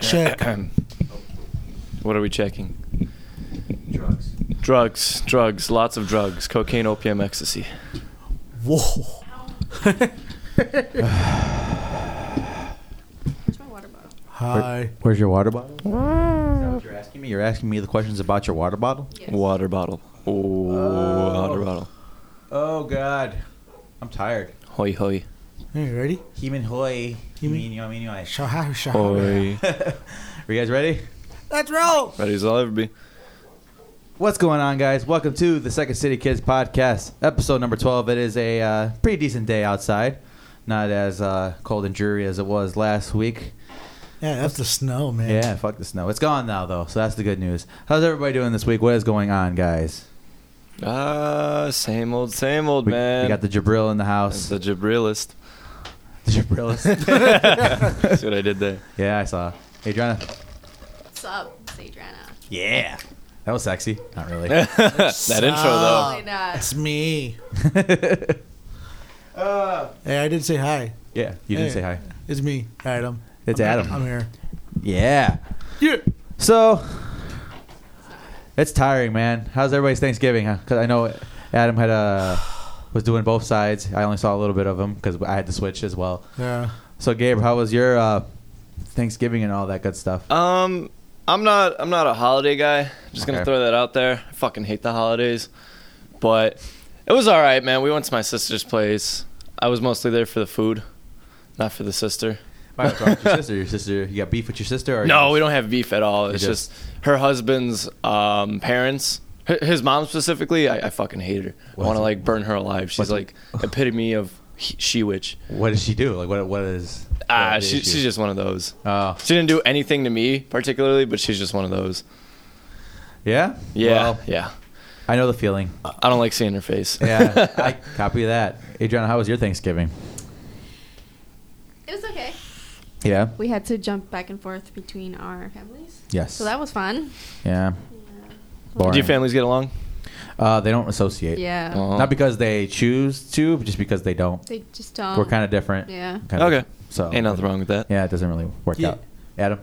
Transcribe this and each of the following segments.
Check. What are we checking? Drugs. Drugs, drugs, lots of drugs. Cocaine, opium, ecstasy. Whoa. Where's my water bottle? Hi. Where's your water bottle? Is that what you're asking me? You're asking me the questions about your water bottle? Yes. Water bottle. Oh, water bottle. Oh, God. I'm tired. Hoi, hoi. Are you ready? Heman hoy. You Heman mean- yo, mean yo. Shahar, shahar. Hoi. Are you guys ready? Let's roll. Ready as I'll ever be. What's going on, guys? Welcome to the Second City Kids podcast, episode number 12. It is a uh, pretty decent day outside. Not as uh, cold and dreary as it was last week. Yeah, that's the snow, man. Yeah, fuck the snow. It's gone now, though, so that's the good news. How's everybody doing this week? What is going on, guys? Ah, same old, same old, We, man. we got the Jabril in the That's house. the jabrilist. the Jabril. See what I did there? yeah, I saw. Hey, Adriana. What's up? It's Adriana. Yeah. That was sexy. Not really. That intro, though. Probably not. It's me. Hey, I did say hi. yeah, you didn't say hi. It's me, Adam. It's I'm- Adam. I'm here. Yeah. Yeah. So, it's tiring, man. How's everybody's Thanksgiving? Because I know Adam had a was doing both sides. I only saw a little bit of him because I had to switch as well. Yeah. So, Gabe, how was your uh, Thanksgiving and all that good stuff? Um, I'm not. I'm not a holiday guy. Just Okay. gonna throw that out there. I fucking hate the holidays, but it was all right, man. We went to my sister's place. I was mostly there for the food, not for the sister. Why, what's wrong with your sister? Your sister? You got beef with your sister? Or No, we don't have beef at all. It's just- just her husband's um, parents. hi- His mom specifically, I, I fucking hate her. I What? want to like burn her alive. She's What? like epitome of he- she witch. What does she do? Like, what? What is? Ah, she, she's just one of those. Oh, She didn't do anything to me particularly, but she's just one of those. yeah. Yeah, Well, yeah. I know the feeling. I don't like seeing her face. Yeah. I copy that. Adriana, how was your Thanksgiving? It was okay. Yeah. We had to jump back and forth between our families. Yes. So that was fun. yeah. Do Boring. your families get along? Uh, they don't associate. Yeah. Oh. Not because they choose to, but just because they don't. They just don't. We're kind of different. Oh. Yeah. Kinda- Okay. So Ain't nothing wrong with that. Yeah, it doesn't really work Yeah. out. Adam.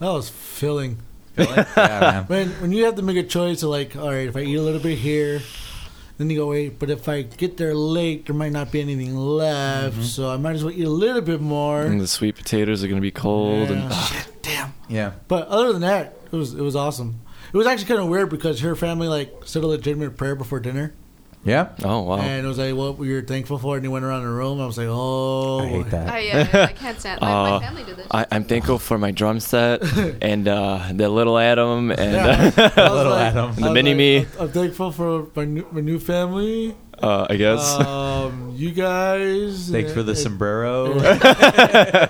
That was filling. yeah, man. When when you have to make a choice of like, all right, if I eat a little bit here, then you go wait, but if I get there late, there might not be anything left, so I might as well eat a little bit more. And the sweet potatoes are gonna be cold. Yeah. And, Shit, damn. Yeah. But other than that, it was it was awesome. It was actually kind of weird because her family like said a legitimate prayer before dinner, Yeah. oh wow. and it was like what we were thankful for, and he went around the room. I was like, oh, I hate that. I, uh, I can't stand my, Uh, my family did this. I, I'm thankful for my drum set and uh, the little Adam and Yeah. I was Little like- Adam. I The was mini like, me. I'm, I'm thankful for my new, my new family. uh, I guess. Um, you guys. Thanks for the and- sombrero.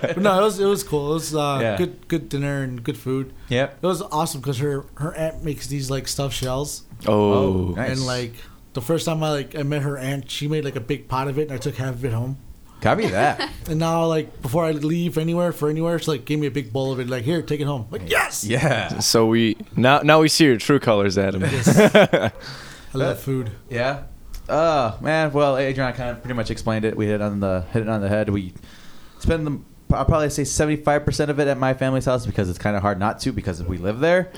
But no, it was it was cool. It was uh, Yeah. good good dinner and good food. yep. It was awesome because her her aunt makes these like stuffed shells oh, nice. and like the first time I like I met her aunt, she made like a big pot of it and I took half of it home. Copy that. And now like before I leave anywhere for anywhere, she like gave me a big bowl of it. Like here, take it home. Like yes, yeah. so we now now we see your true colors, Adam. I love food. Yeah. Oh man. Well, Adriana kind of pretty much explained it. We hit on the hit it on the head. We spend the. I'll probably say seventy-five percent of it at my family's house because it's kind of hard not to because we live there.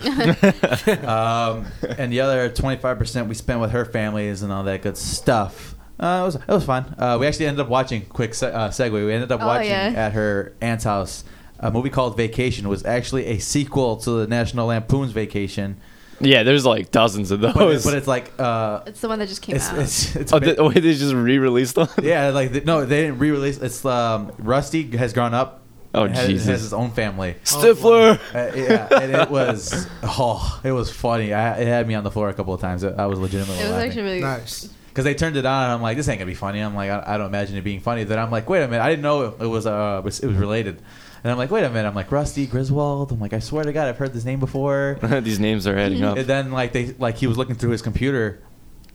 um, and the other twenty-five percent we spent with her families and all that good stuff. Uh, it was it was fun. Uh, we actually ended up watching. Quick se- uh, segue. We ended up Oh, watching yeah. at her aunt's house. A movie called Vacation was actually a sequel to the National Lampoon's Vacation, yeah, there's like dozens of those. but, it- but it's like uh, it's the one that just came it's, out. it's, it's oh, ba- th- oh, wait, they just re-released them. Yeah, like the, no, they didn't re-release. It's um, Rusty has grown up. Oh, and has, Jesus. Has his own family. Stifler. Uh, yeah, and it was oh, it was funny. I, it had me on the floor a couple of times. I, I was legitimately it was actually really Nice. because they turned it on. and I'm like, this ain't gonna be funny. I'm like, I, I don't imagine it being funny. Then I'm like, wait a minute, I didn't know it, it was uh, it was related. And I'm like, wait a minute. I'm like Rusty Griswold. I'm like, I swear to God, I've heard this name before. These names are adding up. And then like they like he was looking through his computer,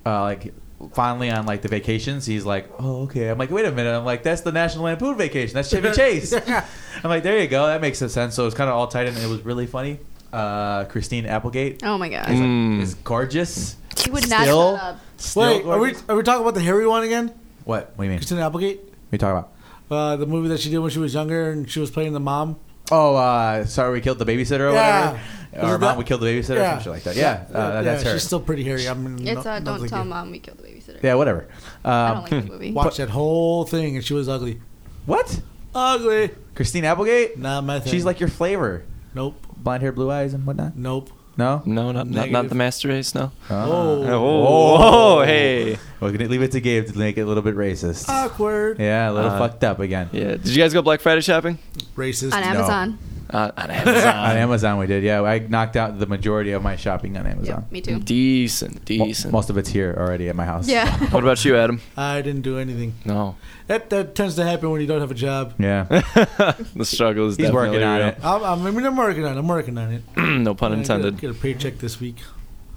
uh, like finally on like the vacations. He's like, oh okay. I'm like, wait a minute. I'm like, that's the National Lampoon vacation. That's Chevy Chase. I'm like, there you go. That makes some sense. So it's kind of all tied in. It was really funny. Uh, Christine Applegate Oh my god. is, like, Mm. is gorgeous. He would not still, shut up. still Wait, are we gorgeous. are we talking about the hairy one again? What? What do you mean? What Christina Applegate, are you talking about? uh, the movie that she did when she was younger and she was playing the mom. Oh, uh, sorry, we killed the babysitter or Yeah. whatever. Or Was it mom, that- we killed the babysitter or Yeah. something like that. Yeah, Yeah, uh, that's yeah, her. She's still pretty hairy. I mean, It's no- uh, nothing don't tell again. mom we killed the babysitter. yeah, whatever. Um, I don't like that movie. Watch that whole thing, and she was ugly. what? Ugly. Christine Applegate? Not my thing. She's like your flavor. nope, Blonde hair, blue eyes, and whatnot. nope. No. No, not not, not Negative. the master race. No. Ah. Oh. Oh, hey. We're gonna leave it to Gabe to make it a little bit racist. Awkward. Yeah, a little Uh, fucked up again. Ah. Yeah. Did you guys go Black Friday shopping? Racist. on Amazon. Uh, on On Amazon. Amazon, we did. Yeah, I knocked out the majority of my shopping on Yeah, Amazon. me too. decent, Mo- decent. Most of it's here already at my house. Yeah. what about you, Adam? I didn't do anything. No. That that tends to happen when you don't have a job. Yeah. the struggle is He's definitely working on real. it. I'm, I'm, I mean, I'm working on. it. I'm working on it. no pun I get a- intended. Get a paycheck this week.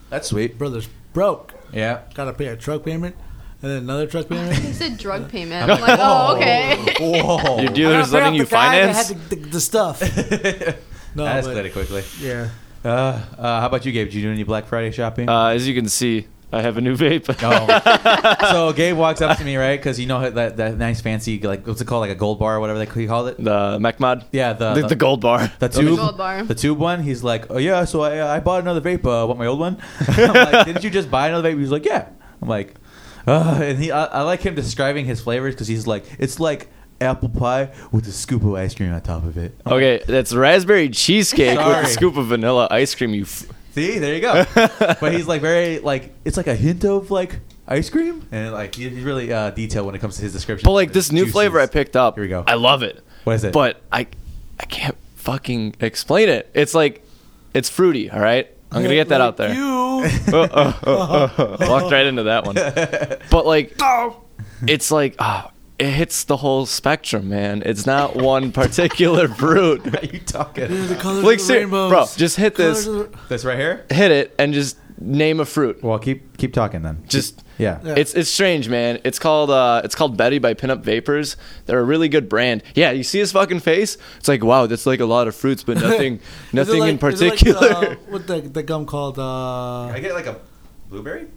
That's sweet. Brothers broke. Yeah. Gotta pay a truck payment, and then another truck He payment. said drug payment. I'm like, oh, okay. Whoa. Your dealer's I gotta letting you pay off the guy that finance. had the, the, the stuff. No, that but- escalated quickly. yeah. Uh, uh, how about you, Gabe? Did you do any Black Friday shopping? Uh, as you can see, I have a new vape. Oh. so Gabe walks up to me, right? Because you know that, that nice fancy like what's it called, like a gold bar or whatever they he called it. the Mech Mod. Yeah, the the, the gold bar. Uh, the tube, gold bar. the tube one. He's like, oh yeah, so I, I bought another vape. Uh, want my old one? I'm like, didn't you just buy another vape? He's like, yeah. I'm like, Ugh. and he, I, I like him describing his flavors because he's like, it's like apple pie with a scoop of ice cream on top of it. I'm Okay, that's raspberry cheesecake with Sorry. a scoop of vanilla ice cream. You. F- See, there you go. but he's like very like it's like a hint of like ice cream, and like he- he's really uh, detailed when it comes to his description. but like this new Juices. flavor I picked up. Here we go. I love it. What is it? But I, I can't fucking explain it. It's like, it's fruity. All right, I'm gonna get that out there. You. Uh, um, uh, uh, uh, uh. Walked right into that one. But like, it's like ah, it hits the whole spectrum, man. It's not one particular fruit. are you The talking? colors Like, of the ser- rainbows. bro, just hit Colors this. of the- This right here. Hit it and just name a fruit. Well, keep keep talking then. Just yeah. Yeah. It's it's strange, man. It's called uh, it's called Betty by Pinup Vapors. They're a really good brand. Yeah, you see his fucking face. It's like wow, that's like a lot of fruits, but nothing Is it nothing um, in like- is it like particular. the, what the the gum called? Uh, get like a blueberry,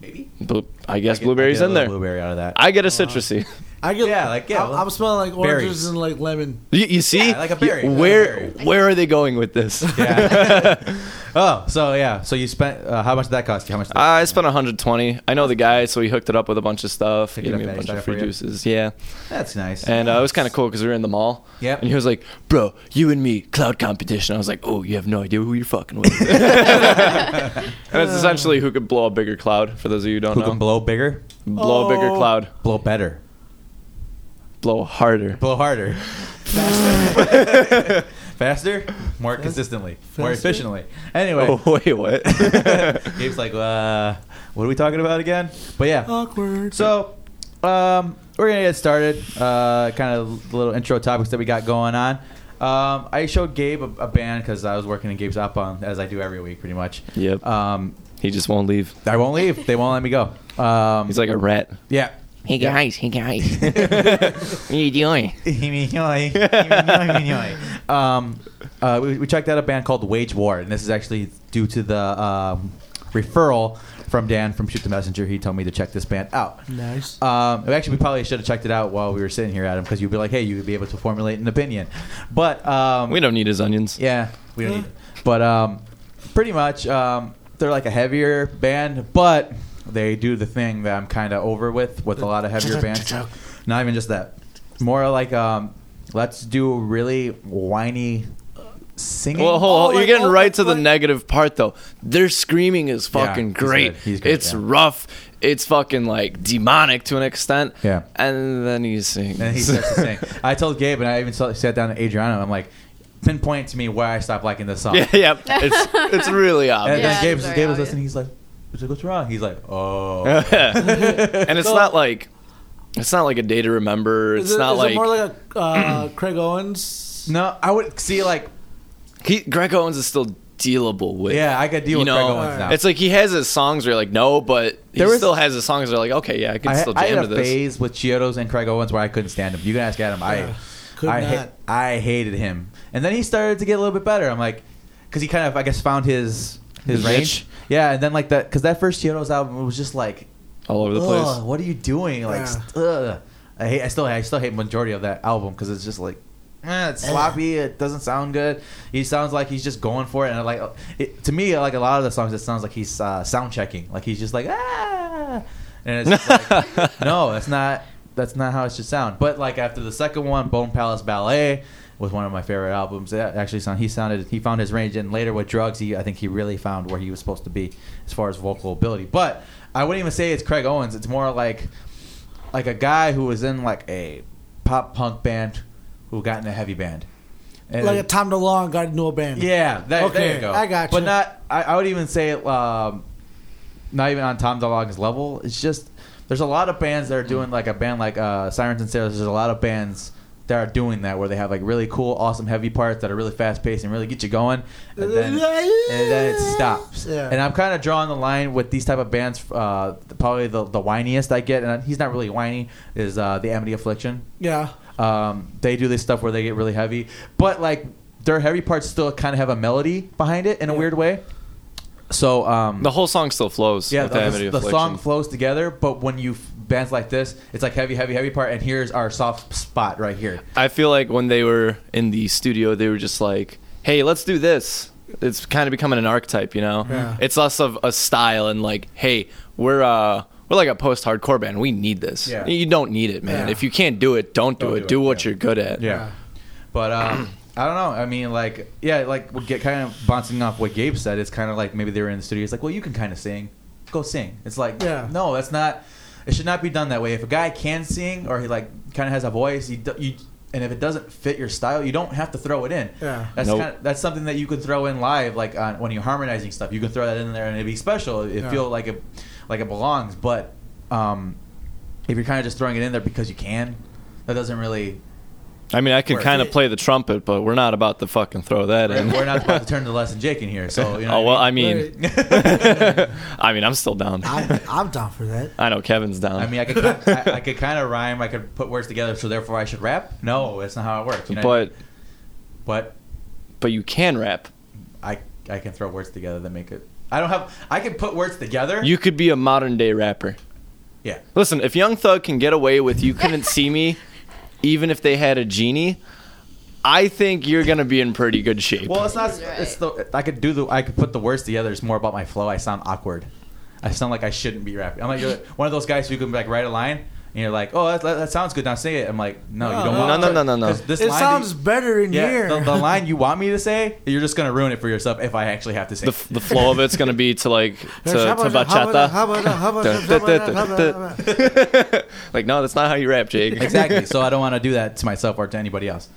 maybe. Blu- I guess blueberries in there. Blueberry out of that. I get a citrusy. I get Yeah, like, yeah, I'm, well, I'm smelling like oranges berries. and like lemon. You, you see, Yeah, like a berry, like a Where berry. where are they going with this? Yeah. oh, so yeah. So you spent uh, how much did that cost you? How much? Did I spent 120. I know the guy, so he hooked it up with a bunch of stuff. He Hooked gave it up me a nice bunch stuff of for free you. juices. Yeah, That's nice. and uh, it was kind of cool because we were in the mall. Yep. And he was like, "Bro, you and me, cloud competition." I was like, "Oh, you have no idea who you're fucking with." and it's essentially who could blow a bigger cloud. For those of you who don't who know, can blow bigger, blow a bigger Oh. cloud, blow better, blow harder. blow harder, faster, more consistently, more Faster? efficiently. Anyway, Oh, wait, what? Gabe's like, uh, what are we talking about again? But yeah. Um, Awkward. So, um, we're gonna get started. Uh, kind of the little intro topics that we got going on. Um, I showed Gabe a, a band because I was working in Gabe's op on as I do every week, pretty much. Yep. Um, he just won't leave. I won't leave. They won't let me go. Um, He's like a rat. yeah. Hey guys, hey guys. what are you doing? um, uh, we, we checked out a band called Wage War, and this is actually due to the um, referral from Dan from Shoot the Messenger. He told me to check this band out. Nice. Um, actually, we probably should have checked it out while we were sitting here, Adam, because you'd be like, "Hey, you would be able to formulate an opinion." But um, We don't need his onions. yeah, we don't need. It. But um, pretty much, um, they're like a heavier band, but they do the thing that I'm kind of over with with a lot of heavier bands. Not even just that. More like um, let's do really whiny singing. Well, hold, hold- Oh, you're like, getting oh, right like, to the like- negative part though. Their screaming is Yeah, fucking he's great. good. He's good, it's yeah. rough. It's fucking like demonic to an extent. Yeah. And then he sings. And he starts to sing. I told Gabe, and I even saw- sat down to Adriano. I'm like, pinpoint to me where I stopped liking this song. yeah, yeah. It's it's really And obvious. Yeah, then Gabe, it's very Gabe was obvious. listening. He's like, he's like, what's wrong? He's like, oh. and it's So- not like it's not like a day to remember. It's is it, not is like, it more like a uh, Craig Owens. No, I would see like he, Greg Owens is still dealable with. yeah, I could deal You with Craig know, Owens now. It's like he has his songs where you're like, no, but he There was- still has his songs where you're like, okay, yeah, I can I, still I jam had to a this. phase with Chiodos and Craig Owens where I couldn't stand him. You can ask Adam. I could I, not. I hated him, and then he started to get a little bit better. I'm like, because he kind of I guess found his his His range. niche. Yeah, and then like that because that first Chiodos album was just like, All over the place. Ugh, what are you doing? Like, Yeah. st- ugh. I hate. I still I still hate majority of that album because it's just like eh, it's sloppy. It doesn't sound good. He sounds like he's just going for it, and like it, to me, like a lot of the songs, it sounds like he's uh, sound checking. Like he's just like ah, and it's just like no, that's not that's not how it should sound. But like after the second one, Bone Palace Ballet was one of my favorite albums. That actually sound he sounded he found his range, and later with Drugs, he I think he really found where he was supposed to be as far as vocal ability. But I wouldn't even say it's Craig Owens. It's more like like a guy who was in like a pop punk band who got in a heavy band. And like a Tom DeLonge got into a band. yeah, that, there Okay, you go. I gotcha. But not. I, I would even say um, not even on Tom DeLonge's level. It's just there's a lot of bands that are doing like a band like uh, Sirens and Sailors. There's a lot of bands that are doing that where they have like really cool, awesome, heavy parts that are really fast paced and really get you going, and then, and then it stops. Yeah. And I'm kind of drawing the line with these type of bands. Uh, probably the the whiniest I get, and he's not really whiny. Is uh, the Amity Affliction. yeah. Um, they do this stuff where they get really heavy, but like their heavy parts still kind of have a melody behind it in a weird way. So um, The whole song still flows. yeah, with the, Amity the, the song Affliction. flows together, but when you bands like this, it's like heavy, heavy, heavy part, and here's our soft spot right here. I feel like when they were in the studio, they were just like, "Hey, let's do this." It's kind of becoming an archetype, you know. Yeah. It's less of a style and like, "Hey, we're uh, we're like a post-hardcore band. We need this. Yeah. You don't need it, man. Yeah. If you can't do it, don't do Don't it. do Do, it, what yeah. you're good at." Yeah. But um, I don't know. I mean, like, yeah, like we get kind of bouncing off what Gabe said. It's kind of like maybe they were in the studio. It's like, well, you can kind of sing, go sing. It's like, Yeah. no, that's not. It should not be done that way. If a guy can sing or he like kind of has a voice, you, do, you and if it doesn't fit your style, you don't have to throw it in. Yeah. That's Nope. kind of, that's something that you can throw in live, like on, when you're harmonizing stuff. You can throw that in there and it'd be special. It Yeah. feel like it like it belongs. But um, if you're kind of just throwing it in there because you can, that doesn't really I mean, I can Where- kind of play the trumpet, but we're not about to fucking throw that Right, in. we're not about to turn to Les and Jake in here, so you know. oh well, what I mean, I mean, I'm still down. I'm, I'm down for that. I know Kevin's down. I mean, I could, ki- I, I could kind of rhyme. I could put words together, so therefore I should rap. No, that's not how it works. you know? but but but you can rap. I I can throw words together that make it. I don't have. I can put words together. You could be a modern day rapper. yeah. Listen, if Young Thug can get away with "You Couldn't See Me," even if they had a genie, I think you're gonna be in pretty good shape. Well, it's not. You're right. It's the. I could do the. I could put the words together. It's more about my flow. I sound awkward. I sound like I shouldn't be rapping. I'm like you're one of those guys who can like write a line. And you're like, oh, that, that, that sounds good. Now say it. I'm like, no, you don't. No, want no, to." no, no, no. 'Cause This it line that you- sounds better in Yeah, here. the, the line you want me to say, you're just gonna ruin it for yourself if I actually have to say. the, it. the flow of it's gonna be to like to, to bachata. like, no, that's not how you rap, Jake. exactly. So I don't want to do that to myself or to anybody else.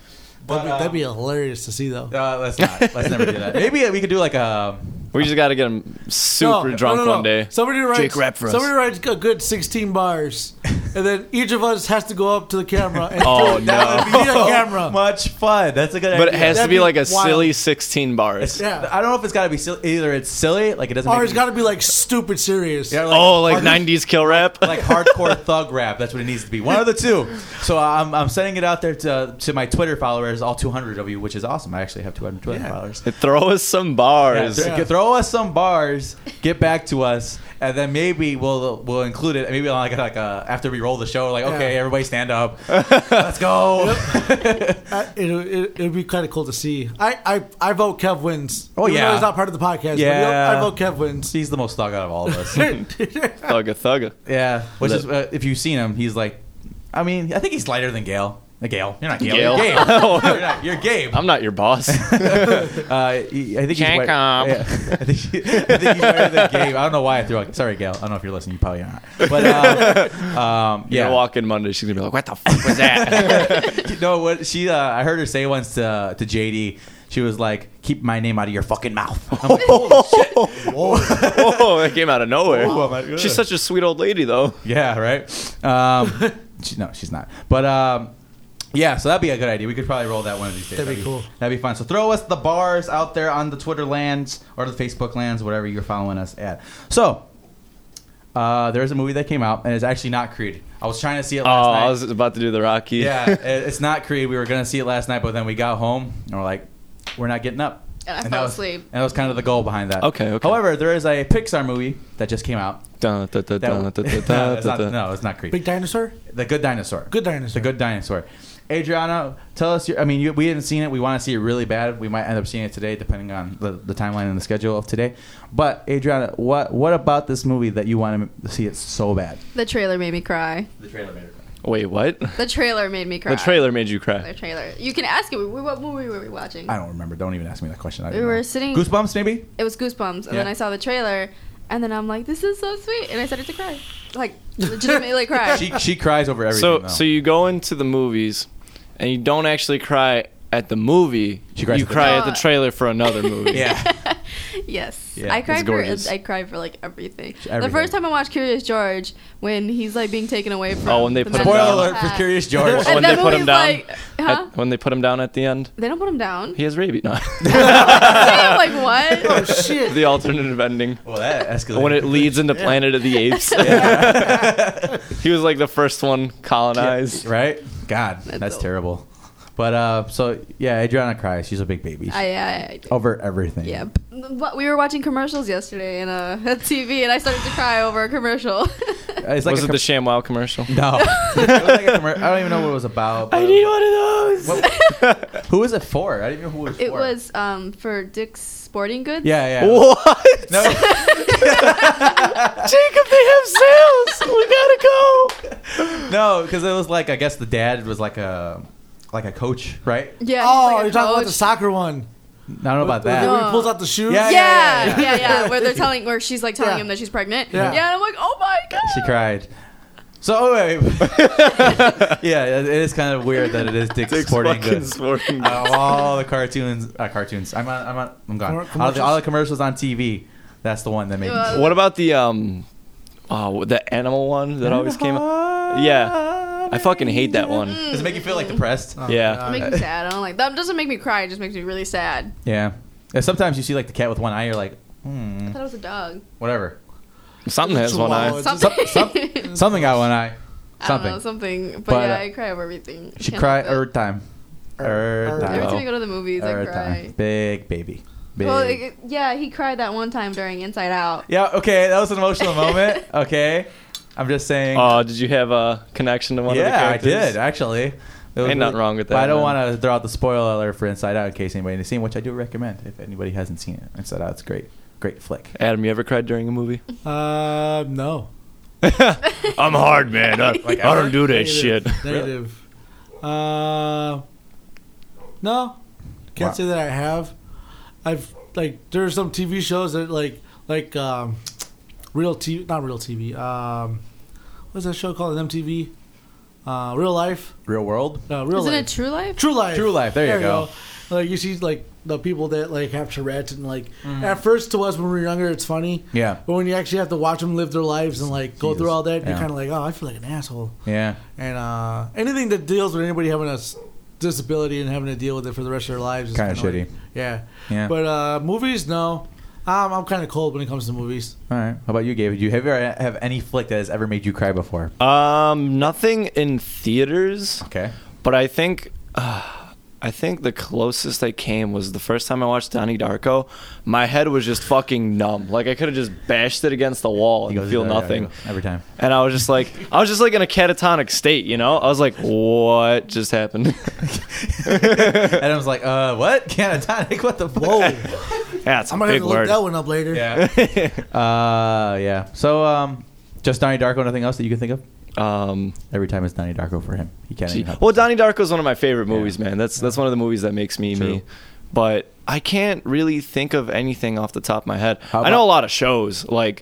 That'd be, that'd be hilarious to see, though. Uh, let's not. Let's never do that. Maybe we could do like a. We just gotta get him super drunk no, no, no. one day. Somebody writes, Jake, rap for us. Somebody writes a good 16 bars, and then each of us has to go up to the camera and Oh, do it. no. Be the camera. Much fun. That's a good but it idea. has to That'd be be like a wild. silly 16 bars. yeah. I don't know if it's got to be silly. Either it's silly, like it doesn't. or make it's got to be like stupid serious. Yeah, oh, like or- 90s kill rap. like hardcore thug rap. That's what it needs to be. One of the two. So I'm, I'm sending it out there to to my Twitter followers, all 200 of you, which is awesome. I actually have 200 Twitter Yeah. followers. Throw us some bars. Yeah, th- Throw us some bars. Get back to us, and then maybe we'll we'll include it. Maybe like like uh, after we roll the show, like okay, Yeah. everybody stand up, let's go. I, Uh, it, it, it'd be kind of cool to see. I, I, I vote Kev wins. Oh, Even though yeah. he's not part of the podcast. but Yeah. I vote Kev wins. He's the most thug out of all of us. Thugga thugga. yeah, which is Look. uh, if you've seen him, he's like, I mean, I think he's lighter than Gail. Uh, Gail, you're not Gail. Gail. You're Gabe. you're, not, you're Gabe. I'm not your boss. Uh, he- I think he's Check white- up. Yeah. I think, he- I think he's whiter than Gabe. I don't know why I threw. Like, Sorry, Gail. I don't know if you're listening. You probably aren't. But um, um, You're yeah, gonna walk in Monday. She's gonna be like, "What the fuck was that?" you know what she uh, I heard her say once to to JD she was like keep my name out of your fucking mouth I'm like, holy shit Oh. Whoa, that came out of nowhere. Oh, my God. She's such a sweet old lady, though. yeah right um, she, no she's not but um yeah, so that'd be a good idea. We could probably roll that one of these days. That'd be cool. That'd be fun. So throw us the bars out there on the Twitter lands or the Facebook lands, whatever you're following us at. So uh, there's a movie that came out, and it's actually not Creed. I was trying to see it Oh, last night. I was about to do the Rocky. Yeah, it- it's not Creed. We were gonna see it last night, but then we got home and we're like, we're not getting up. And I that fell was, asleep. And that was kind of the goal behind that. Okay, okay. However, there is a Pixar movie that just came out. Dun, dun, dun, That, dun, dun, dun, no, dun, it's not, dun. no, it's not Creed. Big dinosaur? The Good Dinosaur. Good The dinosaur. Good Dinosaur. Adriana, tell us. Your, I mean, you, we haven't seen it. We want to see it really bad. We might end up seeing it today, depending on the, the timeline and the schedule of today. But Adriana, what what about this movie that you want to see it so bad? The trailer made me cry. The trailer made it. Wait, what? The trailer made me cry. The trailer made you The cry. trailer. You can ask it. What movie were we watching? I don't remember. Don't even ask me that question. I We don't were know. sitting- Goosebumps, maybe. It was Goosebumps, and then Yeah. I saw the trailer, and then I'm like, "This is so sweet," and I started to cry, like legitimately cry. She she cries over everything. So, though. so you go into the movies, and you don't actually cry at the movie. She cries you at the- cry at No. the trailer for another movie. yeah. yes, Yeah. I It's cried for gorgeous. I cried for like everything. The Everything. first time I watched Curious George, when he's like being taken away from. Oh, when they the put him man Spoiler in down. Oh, the alert for hat. Curious George. And when that they put him movie's down, like, huh? At- when they put him down at the end, they don't put him down. he has rabies. No. I'm like Oh, what? Shit. the alternative ending. well, that escalated. When it leads into Planet of the Apes, he was like the first one colonized. right? God, that's, awful. terrible. But uh, so yeah, Adriana cries. She's a big baby. I, I, I did. over everything. Yeah, b- but we were watching commercials yesterday in uh, at TV, and I started to cry over a commercial. It's like was a it com- the ShamWow commercial? No. It was like a commer- I don't even know what it was about. but- one of those. who was it for? I didn't even know who it was it for. was um, for Dick's Sporting Goods. Yeah, yeah. What? No, Jacob, they have sales. We gotta go. no, because it was like I guess the dad was like a like a coach, right? Yeah. he's Oh, like a you're talking about the coach. soccer one. I don't know about that. When No. he pulls out the shoes. Yeah, Yeah, Yeah, yeah, yeah, yeah, Where they're telling, where she's like telling Yeah. him that she's pregnant. Yeah. Yeah. and I'm like, oh my god. She cried. So oh, wait, yeah, it is kind of weird that it is Dick's Sporting Goods. Sporting Out of all the cartoons, uh, cartoons. I'm on, I'm on, I'm gone. Commer- Out of the, all the commercials on TV, that's the one that made. Uh, What about the um, oh, the animal one that always came up? Yeah. I fucking hate that one. Mm. Does it make you feel like depressed? Oh, Yeah. God. It makes me sad. I don't like that. Doesn't make me cry. It just makes me really sad. Yeah. And sometimes you see like the cat with one eye, you're like, hmm, I thought it was a dog. whatever. Something has one eye. Chihuahua. Just- Something. some- Something got one eye. I don't Something. know, something. But, But, yeah, uh, I cry over everything. I she can't cried help it. every time. Every Every Every time. time I go to the movies, I Every cry. time. Big baby. Big. Well, it, yeah, he cried that one time during Inside Out. yeah. Okay, that was an emotional moment. Okay. I'm just saying. Oh, did you have a connection to one of the yeah, I characters? did actually. It was Ain't nothing wrong with But I that, don't man. want to throw out the spoiler alert for Inside Out in case anybody hasn't seen, which I do recommend if anybody hasn't seen it. Inside Out's great, great flick. Adam, you ever cried during a movie? Uh, no. I'm hard, man. Uh, I, I don't do that shit. Negative. Negative. Uh, no. Can't Wow. say that I have. I've like there's some TV shows that like like um, real TV, not real TV. Um, what's that show called on MTV? Uh, real life. Real World, No, real Isn't life. it True Life? True life. True Life, there you go. Like you see, like the people that like have Tourette's and like Mm-hmm. at first to us when we were younger, it's funny. Yeah. But when you actually have to watch them live their lives and like go through Jesus. all that, you're Yeah. kind of like, oh, I feel like an asshole. yeah, And uh, anything that deals with anybody having a s- disability and having to deal with it for the rest of their lives is Kinda kinda shitty. like- yeah. yeah. But uh, movies, no. Um, I'm kind of cold when it comes to movies. All right, how about you, Gabe? Do you have you ever have any flick that has ever made you cry before? Um, nothing in theaters, Okay, but I think. Uh, I think the closest I came was the first time I watched Donnie Darko. My head was just fucking numb. Like I could have just bashed it against the wall He and goes feel there, yeah, nothing. he goes every time. And I was just like, I was just like in a catatonic state, you know? I was like, what just happened? Adam's like, "Oh." uh, what? Canatonic? What the fuck? Whoa. I'm yeah, it's a going to have big to look word. that one up later. Yeah. uh, yeah. So, um, just Donnie Darko. Nothing else that you can think of? Um, Every time it's Donnie Darko for him. He can't. gee. even help well, himself. Donnie Darko is one of my favorite movies, Yeah. man. That's that's one of the movies that makes me True. me. But I can't really think of anything off the top of my head. How I know about- a lot of shows like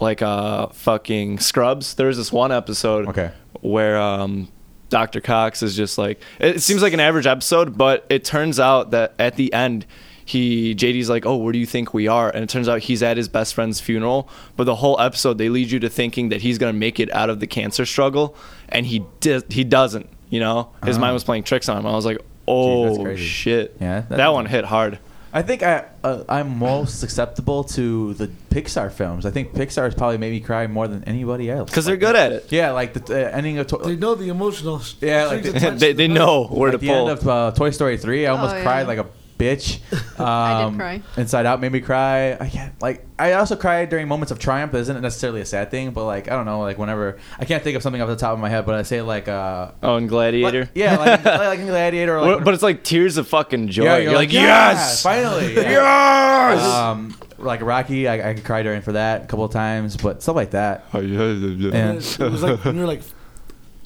like uh fucking Scrubs. There was this one episode Okay. where um Dr. Cox is just like it it seems like an average episode, but it turns out that at the end he JD's like, "Oh, where do you think we are?" And it turns out he's at his best friend's funeral, but the whole episode they lead you to thinking that he's going to make it out of the cancer struggle, and he di- he doesn't, you know? His Uh-huh. mind was playing tricks on him. I was like, that's "Oh crazy. shit." Yeah, That, that- one hit hard. I think I uh, I'm most susceptible to the Pixar films. I think Pixar has probably made me cry more than anybody else. Cuz they're good at it. yeah, like the uh, ending of Toy. They know the emotional. Yeah, like strings the- attached they to they the- know where like to the end pull. of uh, Toy Story three, I almost Oh, yeah. cried like a bitch. Um, I did cry. Inside Out made me cry. I can't like. I also cry during moments of triumph. That isn't necessarily a sad thing, but like I don't know. Like whenever I can't think of something off the top of my head, but I say like uh, Oh, and Gladiator. like- yeah, like, like in Gladiator. Or, like, What- but it's like tears of fucking joy. Yeah, you're, like, "Yeah, yes, finally, yeah. yes. Um, like Rocky, I, I could cry during for that a couple of times, but stuff like that. It was like when you were like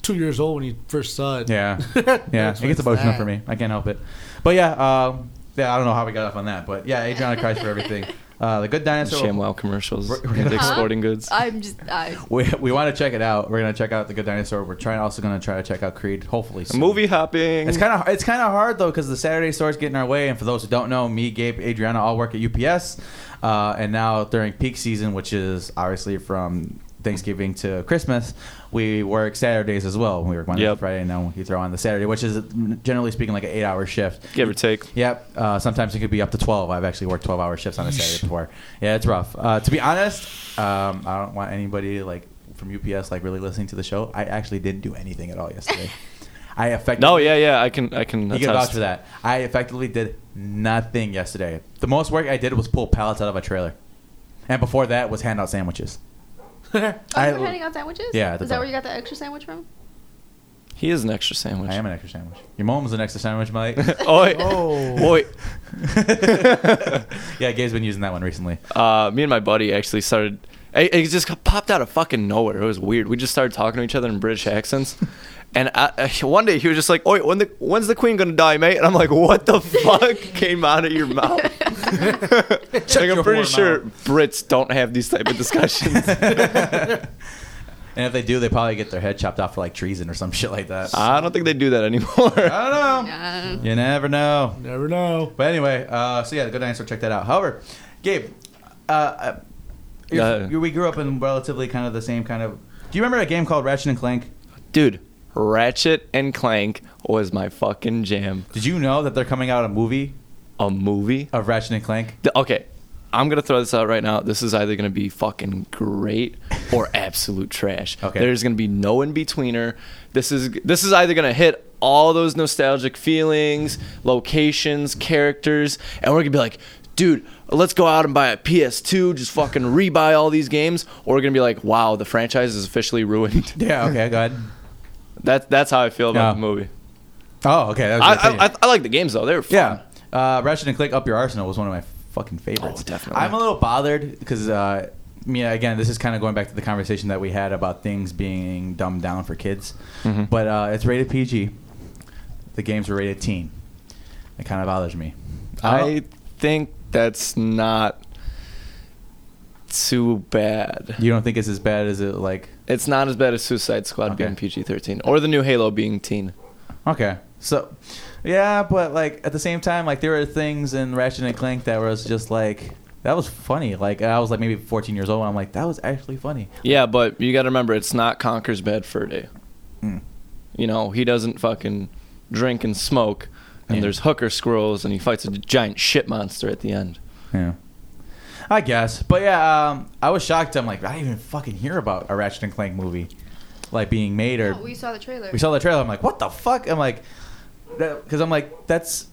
two years old when you first saw it. Yeah, yeah, That's it what gets it's emotional at. for me. I can't help it. But yeah, um, yeah, I don't know how we got off on that, but yeah, Adriana cries for everything. Uh, the Good Dinosaur. ShamWow commercials, We're- we're- Dick's Huh? Sporting Goods. I'm just. I, We, we want to check it out. We're gonna check out the Good Dinosaur. We're trying also gonna try to check out Creed. Hopefully, soon. Movie hopping. It's kind of it's kind of hard though because the Saturday stores get in our way. And for those who don't know, me, Gabe, Adriana all work at UPS, uh, and now during peak season, which is obviously from Thanksgiving to Christmas, we work Saturdays as well. We work Monday Yep. to Friday, and now you throw on the Saturday, which is generally speaking like an eight-hour shift. give or take. Yep. Uh, sometimes it could be up to 12. I've actually worked 12 hour shifts on a Saturday before. Yeah, it's rough. Uh, to be honest, um, I don't want anybody like from UPS like really listening to the show. I actually didn't do anything at all yesterday. I effectively No, yeah, yeah, I can, I can. you can attest. vouch for that. I effectively did nothing yesterday. The most work I did was pull pallets out of a trailer, and before that was hand out sandwiches. oh, I- you were handing out sandwiches. Yeah, at the Is that bar. where you got the extra sandwich from? He is an extra sandwich. I am an extra sandwich. Your mom's an extra sandwich, Mike. Oi. Oh. Oi. yeah, Gabe's been using that one recently. uh, me and my buddy actually started. It, it just popped out of fucking nowhere. It was weird. We just started talking to each other in British accents, and I, one day he was just like, "Oi, when the when's the queen gonna die, mate?" And I'm like, "What the fuck came out of your mouth?" like, your I'm pretty whore sure mouth. Brits don't have these type of discussions. And if they do, they probably get their head chopped off for like treason or some shit like that. I don't think they do that anymore. I don't know. Nah. You never know. Never know. But anyway, uh, so yeah, the good answer. Check that out. However, Gabe, uh, uh, Yeah. you- we grew up in relatively kind of the same kind of. Do you remember a game called Ratchet and Clank? Dude, Ratchet and Clank was my fucking jam. Did you know that they're coming out a movie A movie. of Ratchet and Clank? The- okay, I'm gonna throw this out right now. This is either gonna be fucking great or absolute trash. Okay. There's gonna be no in betweener. This is this is either gonna hit all those nostalgic feelings, locations, characters, and we're gonna be like, dude. Let's go out and buy a PS2, just fucking rebuy all these games, or we're gonna be like, "Wow, the franchise is officially ruined." Yeah. Okay. Go ahead. That's that's how I feel about Yeah. the movie. Oh, okay. That was I, your opinion. I, I, I like the games though; they were fun. Yeah. Uh, Ratchet and Clank Up Your Arsenal was one of my fucking favorites. Oh, definitely. I'm a little bothered because, uh, yeah, again, this is kind of going back to the conversation that we had about things being dumbed down for kids. Mm-hmm. But uh, it's rated PG. The games were rated teen. It kind of bothers me. Oh. I think that's not too bad. You don't think it's as bad as it like? It's not as bad as Suicide Squad Okay. being PG thirteen or the new Halo being teen. Okay. So, yeah, but like at the same time, like there were things in Ratchet and Clank that was just like that was funny. Like I was like maybe 14 years old, and I'm like that was actually funny. Yeah, but you got to remember it's not Conker's bad fur day. Mm. You know he doesn't fucking drink and smoke, and Yeah. there's hooker squirrels, and he fights a giant shit monster at the end. Yeah. I guess. But yeah, um, I was shocked. I'm like, I didn't even fucking hear about a Ratchet and Clank movie like being made or No, Oh, we saw the trailer. we saw the trailer. I'm like, what the fuck? I'm like, because I'm like, that's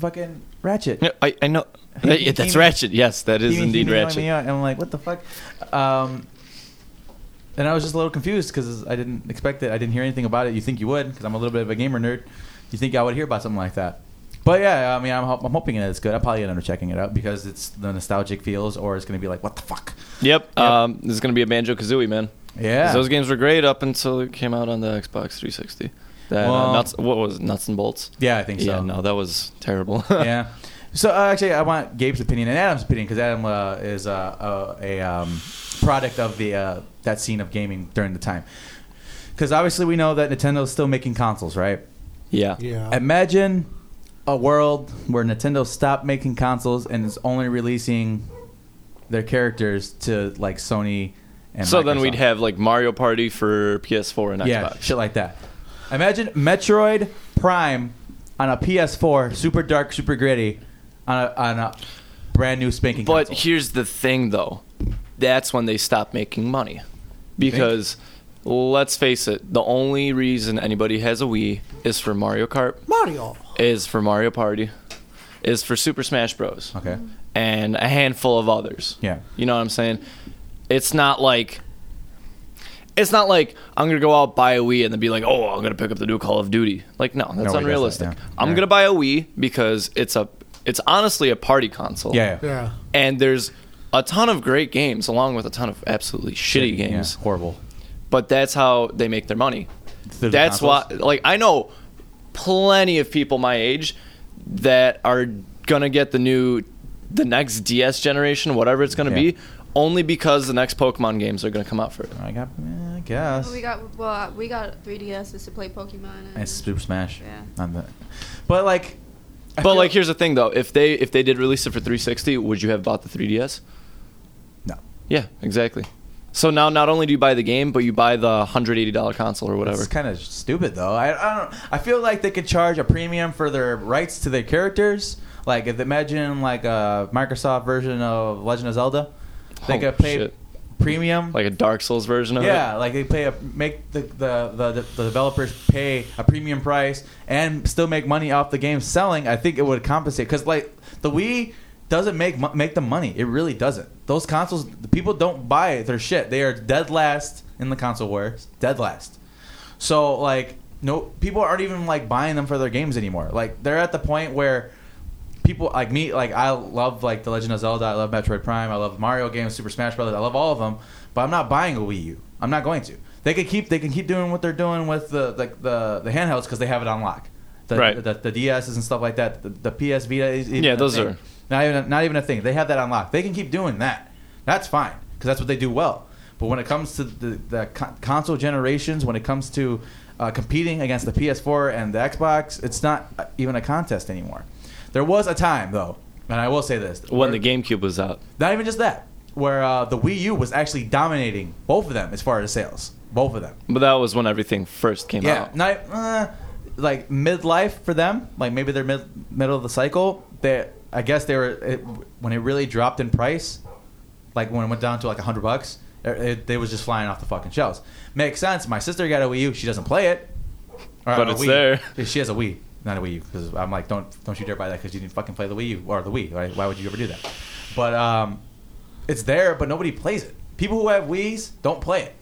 fucking Ratchet. Yeah, I, I know He- he- Yeah, that's he- Ratchet. Yes, that is He- he indeed made me Ratchet. out, And I'm like, what the fuck? Um, and I was just a little confused because I didn't expect it. I didn't hear anything about it. You think you would because I'm a little bit of a gamer nerd. You think I would hear about something like that. But yeah, I mean, I'm, hop- I'm hoping that it's good. I'll probably end up checking it out because it's the nostalgic feels or it's going to be like, what the fuck? Yep, Yep. Um, this is gonna be a Banjo Kazooie man. 'Cause Yeah. Those games were great up until it came out on the Xbox 360. That, Well- uh, nuts, what was it, Nuts and Bolts? yeah, I think so. Yeah, no, that was terrible. yeah. So uh, actually, I want Gabe's opinion and Adam's opinion because Adam uh, is uh, a, a um, product of the uh, that scene of gaming during the time. Because obviously, we know that Nintendo's still making consoles, right? yeah. Yeah. Imagine a world where Nintendo stopped making consoles and is only releasing their characters to like Sony and So then we'd Microsoft. have like Mario Party for PS4 and Xbox. yeah shit like that. Imagine Metroid Prime on a PS4, super dark, super gritty, on a, on a brand new spanking. But console. here's the thing, though. That's when they stop making money. Because, let's face it, the only reason anybody has a Wii is for Mario Kart, Mario. is for Mario Party, is for Super Smash Bros. Okay. and a handful of others. Yeah. You know what I'm saying? It's not like it's not like I'm gonna go out buy a Wii and then be like, oh, I'm gonna pick up the new Call of Duty. Like, no, that's that's not- unrealistic. yeah. I'm Yeah. gonna buy a Wii because it's a it's honestly a party console. Yeah. yeah. Yeah. And there's a ton of great games along with a ton of absolutely shitty Yeah, games. horrible. But that's how they make their money. Through the that's why consoles? like I know plenty of people my age that are gonna get the new the next DS generation, whatever it's gonna Yeah. be, only because the next Pokemon games are gonna come out for it. I got. eh, I guess. We got well, uh, we got 3DSs to play Pokemon. And It's Super Smash. Yeah. On the, but like. But I feel- like here's the thing though, if they if they did release it for three sixty, would you have bought the three DS? No. Yeah, exactly. So now not only do you buy the game, but you buy the hundred eighty dollar console or whatever. It's kind of stupid though. I, I don't. I feel like they could charge a premium for their rights to their characters. Like if imagine like a Microsoft version of Legend of Zelda, they Oh, could pay shit. premium. Like a Dark Souls version of yeah, it. like they pay a make the the, the the developers pay a premium price and still make money off the game selling. I think it would compensate because like the Wii doesn't make mo- make the money. It really doesn't. Those consoles, the people don't buy their shit. They are dead last in the console wars. Dead last. So like no people aren't even like buying them for their games anymore. Like they're at the point where people like me like I love like The Legend of Zelda, I love Metroid Prime, I love Mario games, Super Smash Brothers, I love all of them, but I'm not buying a Wii U. I'm not going to. They could keep they can keep doing what they're doing with the like the, the handhelds because they have it on lock. The, Right. the, the DSs and stuff like that. The, the PS Vita is even Yeah, a those thing. are- not even a, not even a thing. They have that on lock. They can keep doing that. That's fine because that's what they do well. But when it comes to the, the con- console generations, when it comes to uh, competing against the PS4 and the Xbox, it's not uh, even a contest anymore. There was a time though, and I will say this: When where- the GameCube was out. not even just that, where uh, the Wii U was actually dominating both of them as far as sales, both of them. But that was when everything first came Yeah, out. not, uh, like midlife for them. Like maybe they're mid, middle of the cycle. They, I guess they were it, when it really dropped in price, like when it went down to like hundred bucks. It, it, they was just flying off the fucking shelves. Makes sense. My sister got a Wii U. She doesn't play it, Or But a it's Wii. there. She has a Wii, not a Wii U. Because I'm like, don't don't you dare buy that because you didn't fucking play the Wii U or the Wii. Right? Why would you ever do that? But um, it's there, but nobody plays it. People who have Wii's don't play it.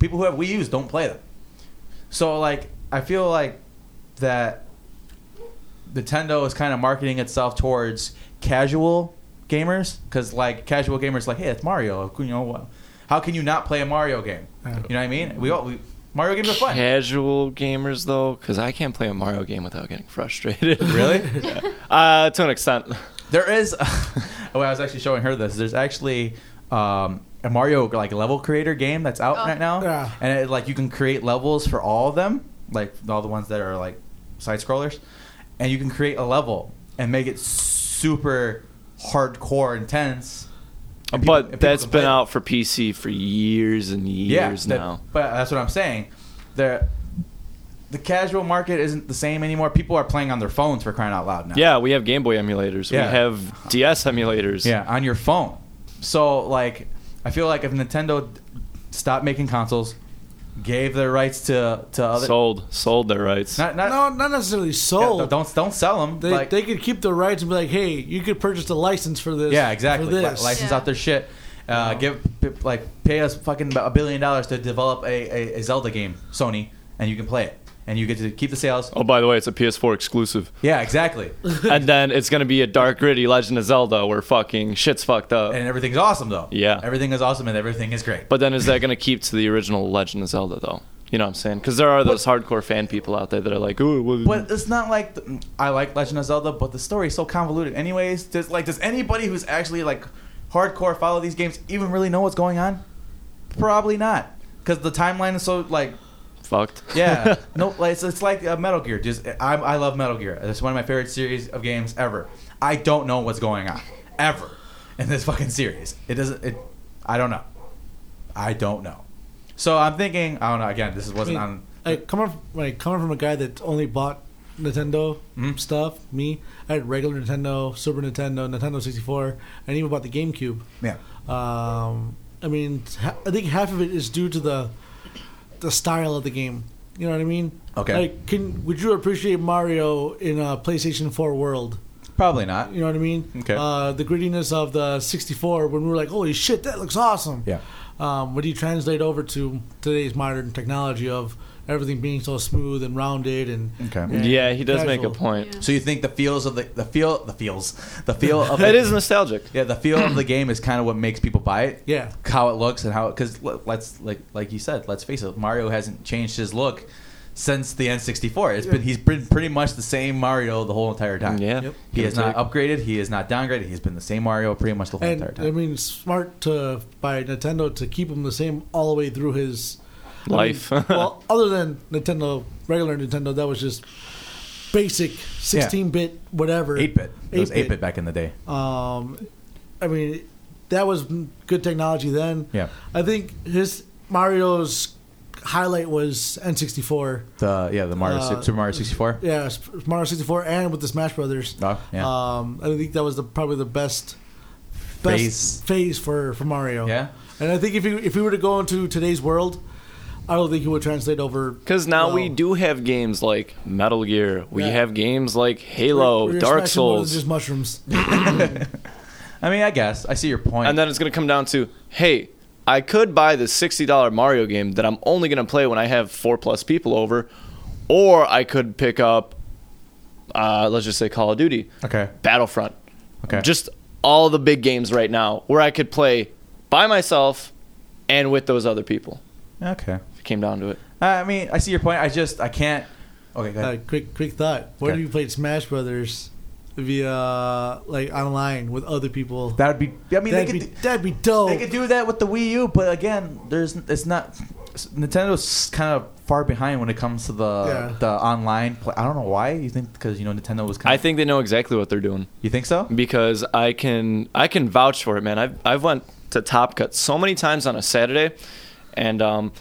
People who have Wii U's don't play them. So like I feel like that Nintendo is kind of marketing itself towards casual gamers because like casual gamers like hey it's Mario you know wha- how can you not play a Mario game you know what I mean we all we, Mario games are fun casual gamers though because i can't play a mario game without getting frustrated really uh to an extent there is oh I was actually showing her this there's actually um, a Mario like level creator game that's out Oh. right now Yeah. and it, like you can create levels for all of them like all the ones that are like side scrollers and you can create a level and make it super hardcore intense And people- and but people that's can play been it. out for pc for years and years that- now But that's what I'm saying. The the casual market isn't the same anymore. People are playing on their phones for crying out loud now. yeah we have game boy emulators Yeah. we have ds emulators Yeah, on your phone. So like, I feel like if Nintendo d- stopped making consoles, gave their rights to to other sold sold their rights not not no, not necessarily yeah, sold. don't don't sell them. they, like, they could keep the rights and be like, hey, you could purchase a license for this. yeah, exactly. For Li- this. license Yeah. out their shit. Uh, give p- like pay us fucking a billion dollars to develop a, a, a Zelda game, Sony, and you can play it, and you get to keep the sales. oh by the way it's a ps4 exclusive Yeah, exactly. and then it's gonna be a dark gritty legend of zelda where fucking shit's fucked up and everything's awesome though. Yeah. everything is awesome and everything is great. but then is that gonna keep to the original legend of zelda though you know what i'm saying because there are those hardcore fan people out there that are like ooh well, but it's not like the, I like Legend of Zelda, but the story is so convoluted. Anyways, does like does anybody who's actually like hardcore follow these games even really know what's going on? Probably not, because the timeline is so like fucked yeah. no, like, it's, it's like uh, Metal Gear. Just I, I love Metal Gear. It's one of my favorite series of games ever. I don't know what's going on ever in this fucking series. It doesn't. It. I don't know. I don't know. So I'm thinking. I don't know. Again, this I mean, wasn't on. like, coming from, like coming from a guy that only bought Nintendo Mhm. stuff, me, I had regular Nintendo, Super Nintendo, Nintendo 64, and even bought the GameCube. Yeah. Um, I mean, ha- I think half of it is due to the the style of the game. You know what I mean? Okay. Like, can would you appreciate Mario in a PlayStation 4 world? Probably not. You know what I mean? Okay. Uh, the grittiness of the 64 when we were like, holy shit, that looks awesome. Yeah. Um, what do you translate over to today's modern technology of everything being so smooth and rounded and Okay. and Yeah, he does make a casual. point. Yeah. So you think the feels of the the feel the feels the feel of That the, is nostalgic. yeah the feel of the game is kind of what makes people buy it. Yeah. How it looks and how because let's like like you said, let's face it, Mario hasn't changed his look since the N64. It's been Yeah. he's been pretty much the same Mario the whole entire time. Yeah. Yep. He has Give or not take. upgraded. He is not downgraded. He's been the same Mario pretty much the whole And entire time. I mean, smart to by Nintendo to keep him the same all the way through his I mean, Life. well, other than Nintendo, regular Nintendo, that was just basic 16-bit whatever. Eight bit. It was eight 8-bit. bit back in the day. Um, I mean, that was good technology then. Yeah. I think his Mario's highlight was N64. The yeah the Mario Uh, Super Mario sixty four. Yeah, Sp- Mario 64 and with the Smash Brothers. Oh, yeah. Um, I think that was the probably the best best Phase. phase, for, for Mario. Yeah. And I think if you if we were to go into today's world, I don't think it would translate over um, Because now we well. do have games like Metal Gear. We Yeah. have games like Halo, We're- we're Dark smashing more than Souls. just mushrooms. I mean, I guess I see your point. And then it's going to come down to, hey, I could buy the $60 Mario game that I'm only going to play when I have four plus people over, or I could pick up, uh, let's just say Call of Duty, okay. Battlefront. Okay. Just all the big games right now where I could play by myself and with those other people. Okay. If it came down to it. I mean, I see your point. I just I can't. Okay. Go uh, ahead. quick quick thought. What Okay. if you played Smash Brothers via like online with other people? that would be. I mean, they that'd, could, be, that'd be dope. they could do that with the Wii U, but again, there's it's not. Nintendo's kind of far behind when it comes to the Yeah. the online play. I don't know why. You think because you know Nintendo was kind I of. think they know exactly what they're doing. you think so? because I can I can vouch for it, man. I've I've went to Top Cut so many times on a Saturday, and um,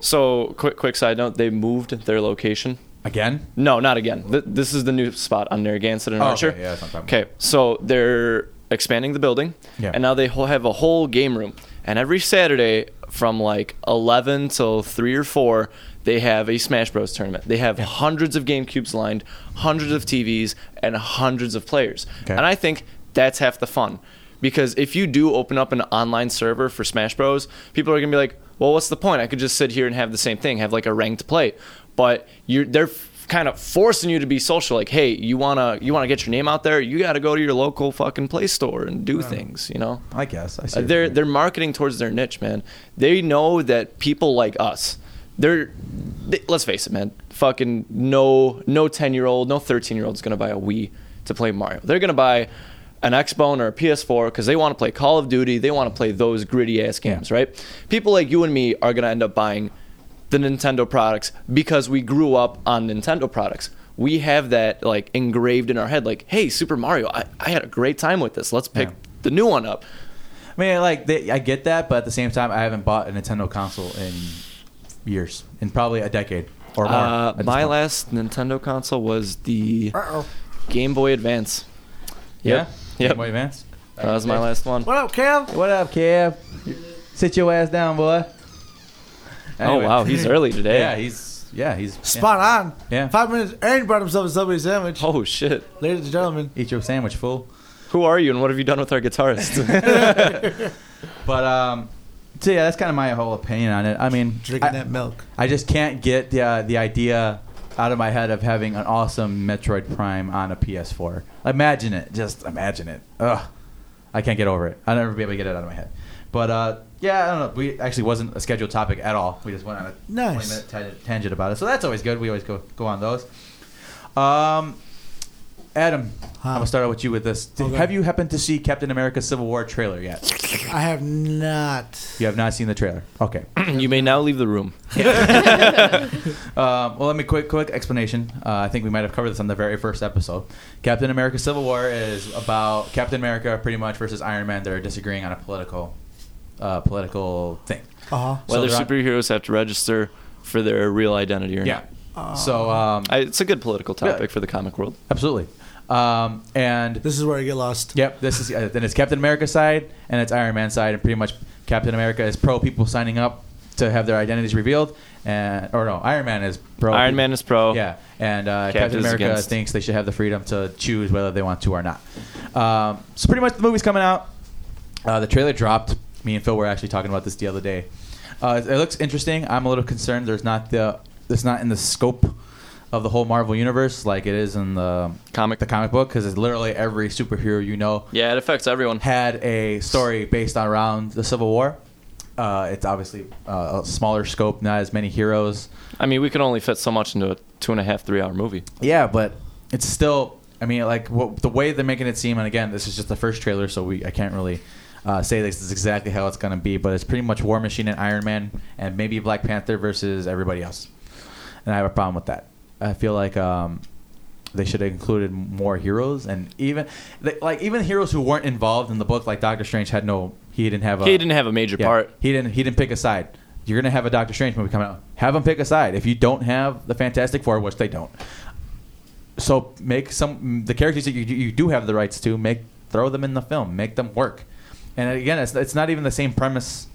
so quick quick side note, they moved their location. Again. No, not again. Th- this is the new spot on Narragansett and Oh, Archer. okay. Yeah, that's what I'm talking Okay, so they're expanding the building, Yeah. and now they ho- have a whole game room. And every Saturday from like 11 till 3 or 4, they have a Smash Bros. tournament. They have hundreds of GameCubes lined, hundreds of TVs, and hundreds of players. Okay. And I think that's half the fun. Because if you do open up an online server for Smash Bros., people are going to be like, well, what's the point? I could just sit here and have the same thing, have like a ranked play. But you're, they're kind of forcing you to be social. Like, hey, you wanna you wanna get your name out there? You got to go to your local fucking play store and do things. You know, I guess. I see. Uh, your they're point. they're marketing towards their niche, man. They know that people like us. They're they, let's face it, man. Fucking no no ten year old, no thirteen year old is gonna buy a Wii to play Mario. They're gonna buy an Xbone or a PS4 because they want to play Call of Duty. They want to play those gritty ass games, Yeah. right? People like you and me are gonna end up buying the Nintendo products because we grew up on Nintendo products. We have that like engraved in our head, like, hey, Super Mario, I, I had a great time with this. Let's pick Yeah. the new one up. I mean, like they, I get that, but at the same time, I haven't bought a Nintendo console in years, in probably a decade or more. Uh, at this my point. last Nintendo console was the Uh-oh. Game Boy Advance. yeah, Yep. Yep. Game Boy Advance. That was my last one. What up, Cam? What up, Kev? Sit your ass down, boy. Oh Anyway. wow, he's early today. Yeah, he's yeah he's Spot on. Yeah. Five minutes. And he brought himself a subway sandwich. Oh shit. Ladies and gentlemen. yeah. Eat your sandwich, fool. Who are you and what have you done with our guitarist? But um, so yeah, that's kind of my whole opinion on it. I mean, Drinking I- that milk. I just can't get the uh, the idea out of my head of having an awesome Metroid Prime on a PS4. Imagine it, just imagine it. Ugh, I can't get over it. I'll never be able to get it out of my head. But uh, yeah, I don't know. We actually wasn't a scheduled topic at all. We just went on a 20 Nice. minute tangent, tangent about it. So that's always good. We always go go on those. Um, Adam, Huh. I'm gonna start out with you with this. Did- Okay. Have you happened to see Captain America: Civil War trailer yet? I have not. You have not seen the trailer. Okay. you may now leave the room. Um, well, let me quick quick explanation. Uh, I think we might have covered this on the very first episode. Captain America: Civil War is about Captain America, pretty much, versus Iron Man. They're disagreeing on a political, uh, political thing. Uh huh. So Whether they're on- superheroes have to register for their real identity or Yeah. not. So um, I, it's a good political topic Yeah. for the comic world. absolutely. Um, and This is where I get lost. Yep, this is uh, then it's Captain America side and it's Iron Man side, and pretty much Captain America is pro people signing up to have their identities revealed. And or no, Iron Man is pro. Iron Man is pro. Yeah, and uh, Captain Captain is America against. thinks they should have the freedom to choose whether they want to or not. Um, so pretty much the movie's coming out. Uh, the trailer dropped. Me and Phil were actually talking about this the other day. Uh, it looks interesting. I'm a little concerned. There's not the it's not in the scope of the whole Marvel universe like it is in the Comic. the comic book because it's literally every superhero you know Yeah, it affects everyone. had a story based on around the Civil War. Uh, it's obviously uh, a smaller scope, not as many heroes. I mean, we can only fit so much into a two and a half, three hour movie. Yeah, but it's still. I mean, like what, the way they're making it seem, and again, this is just the first trailer, so we I can't really uh, say this is exactly how it's gonna be, but it's pretty much War Machine and Iron Man, and maybe Black Panther versus everybody else. And I have a problem with that. I feel like um, they should have included more heroes, and even they, like even heroes who weren't involved in the book, like Doctor Strange had no. He didn't have. A, He didn't have a major yeah, part. He didn't. He didn't pick a side. You're gonna have a Doctor Strange movie coming out. Have them pick a side. If you don't have the Fantastic Four, which they don't, so make some the characters that you, you do have the rights to make throw them in the film. Make them work. And again, it's it's not even the same premise.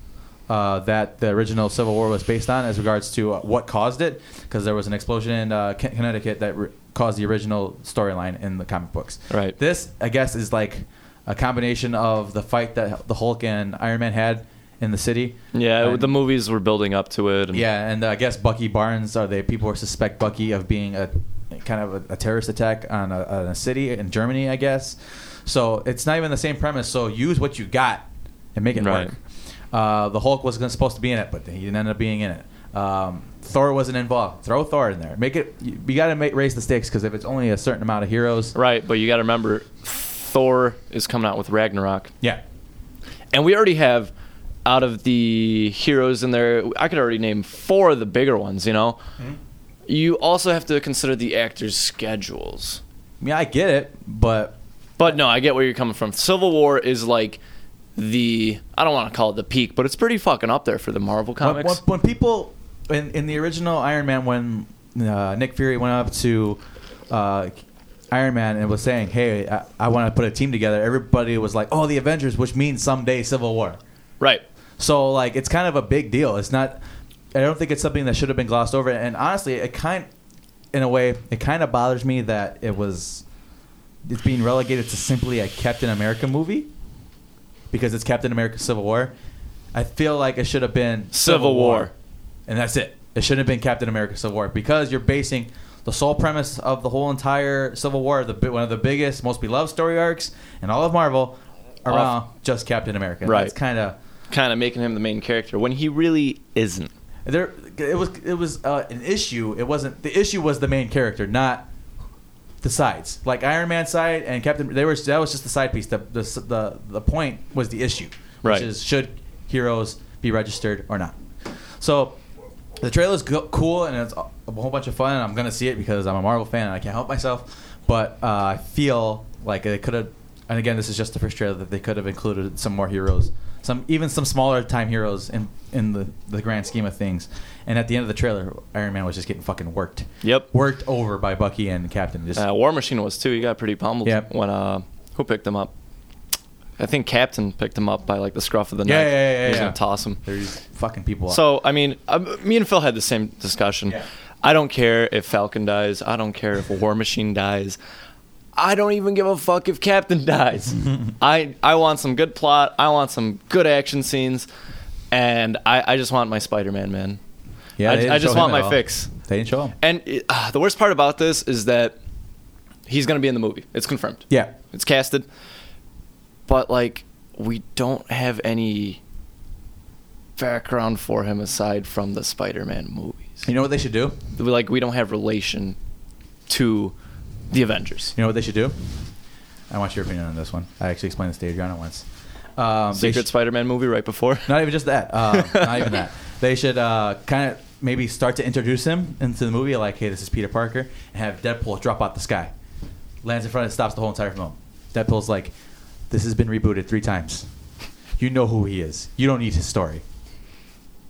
Uh, that the original Civil War was based on, as regards to uh, what caused it, because there was an explosion in uh, Con- Connecticut that re- caused the original storyline in the comic books. Right. This, I guess, is like a combination of the fight that the Hulk and Iron Man had in the city. Yeah, And- the movies were building up to it. And Yeah, and uh, I guess Bucky Barnes are they people who suspect Bucky of being a kind of a, a terrorist attack on a, on a city in Germany, I guess. So it's not even the same premise. So use what you got and make it Right. work. Uh, the Hulk was gonna, supposed to be in it, but he didn't end up being in it. Um, Thor wasn't involved. Throw Thor in there. Make it. You, you got to make raise the stakes because if it's only a certain amount of heroes, Right, but you got to remember, Thor is coming out with Ragnarok. yeah, And we already have out of the heroes in there, I could already name four of the bigger ones, you know? Mm-hmm. You also have to consider the actors' schedules. I mean I get it, but But no, I get where you're coming from. Civil War is like the I don't want to call it the peak, but it's pretty fucking up there for the Marvel When, comics. when, when people in, in the original Iron Man, when uh, Nick Fury went up to uh, Iron Man and was saying, "Hey, I, I want to put a team together," everybody was like, "Oh, the Avengers," which means someday Civil War. Right. So like, it's kind of a big deal. It's not. I don't think it's something that should have been glossed over. And honestly, it kind, in a way, it kind of bothers me that it was, it's being relegated to simply a Captain America movie, because it's Captain America Civil War. I feel like it should have been Civil War. and that's it. It shouldn't have been Captain America Civil War because you're basing the sole premise of the whole entire Civil War, the bi- one of the biggest, most beloved story arcs in all of Marvel, around just Captain America. Right. It's kind of Kind of making him the main character when he really isn't. there. It was it was uh, an issue. It wasn't the issue was the main character, not the sides. Like Iron Man side and Captain, they were that was just the side piece. The the the, the point was the issue, which Right. is should heroes be registered or not. So the trailer's go- cool and it's a a whole bunch of fun. And I'm gonna see it because I'm a Marvel fan and I can't help myself. But uh, I feel like they could have. And again, this is just the first trailer that they could have included some more heroes, some even some smaller time heroes in in the, the grand scheme of things. And at the end of the trailer, Iron Man was just getting fucking worked. Yep. worked over by Bucky and Captain. Just Uh, War Machine was too. He got pretty pummeled Yep. when uh, who picked him up? I think Captain picked him up by like the scruff of the Yeah, neck. yeah, yeah, yeah, He was yeah. gonna toss him. they're just fucking people. up. So I mean, uh, me and Phil had the same discussion. Yeah. I don't care if Falcon dies. I don't care if War Machine dies. I don't even give a fuck if Captain dies. I I want some good plot. I want some good action scenes, and I, I just want my Spider-Man man. yeah, I- they didn't I just show him want at my all. fix. They didn't show him. And it, uh, the worst part about this is that he's gonna be in the movie. It's confirmed. Yeah, It's casted. But like we don't have any background for him aside from the Spider-Man movies. you know what they should do. We- like we don't have relation to the Avengers. You know what they should do? I want your opinion on this one. I actually explained this to Adriana once. Um, they Secret sh- Spider-Man movie right before. Not even just that. Uh, not even that. They should uh, kind of maybe start to introduce him into the movie, like, hey, this is Peter Parker, and have Deadpool drop out the sky, lands in front and stops the whole entire film. Deadpool's like, this has been rebooted three times. You know who he is. You don't need his story.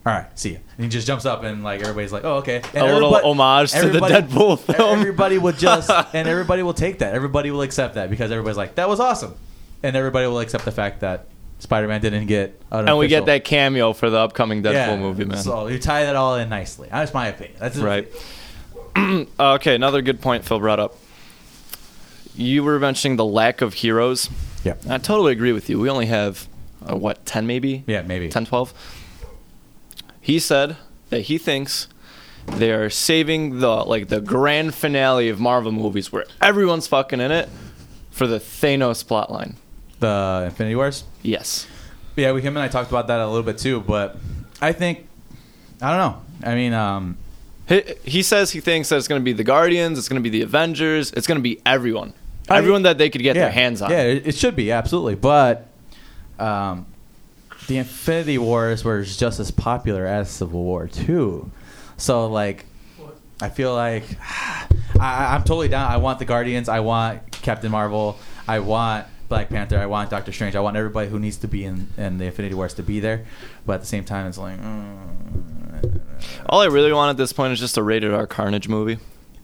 All right, see ya. And he just jumps up, and like everybody's like, "Oh, okay." And A little everybody- homage to the everybody- Deadpool film. Everybody will just and everybody will take that. Everybody will accept that because everybody's like, "That was awesome," and everybody will accept the fact that Spider-Man didn't get. An and we get official- that cameo for the upcoming Deadpool Yeah, movie, man. So you tie that all in nicely. That's my opinion. That's Right. okay, another good point Phil brought up. You were mentioning the lack of heroes. Yeah. I totally agree with you. We only have, uh, what, 10 maybe? Yeah, maybe. 10, 12. He said that he thinks they are saving the like the grand finale of Marvel movies where everyone's fucking in it for the Thanos plotline. The Infinity Wars. Yes. Yeah, we him and I talked about that a little bit too, but I think I don't know. I mean, um, He, he says he thinks that it's going to be the Guardians, it's going to be the Avengers, it's going to be everyone. I- everyone that they could get yeah, their hands on. Yeah, it, it should be absolutely, but um, the Infinity Wars were just as popular as Civil War too. So like, I feel like I, I- I'm totally down. I want the Guardians. I want Captain Marvel. I want Black Panther. I want Doctor Strange. I want everybody who needs to be in, in the Infinity Wars to be there. But at the same time, it's like. mm, All I really want at this point is just a rated R Carnage movie.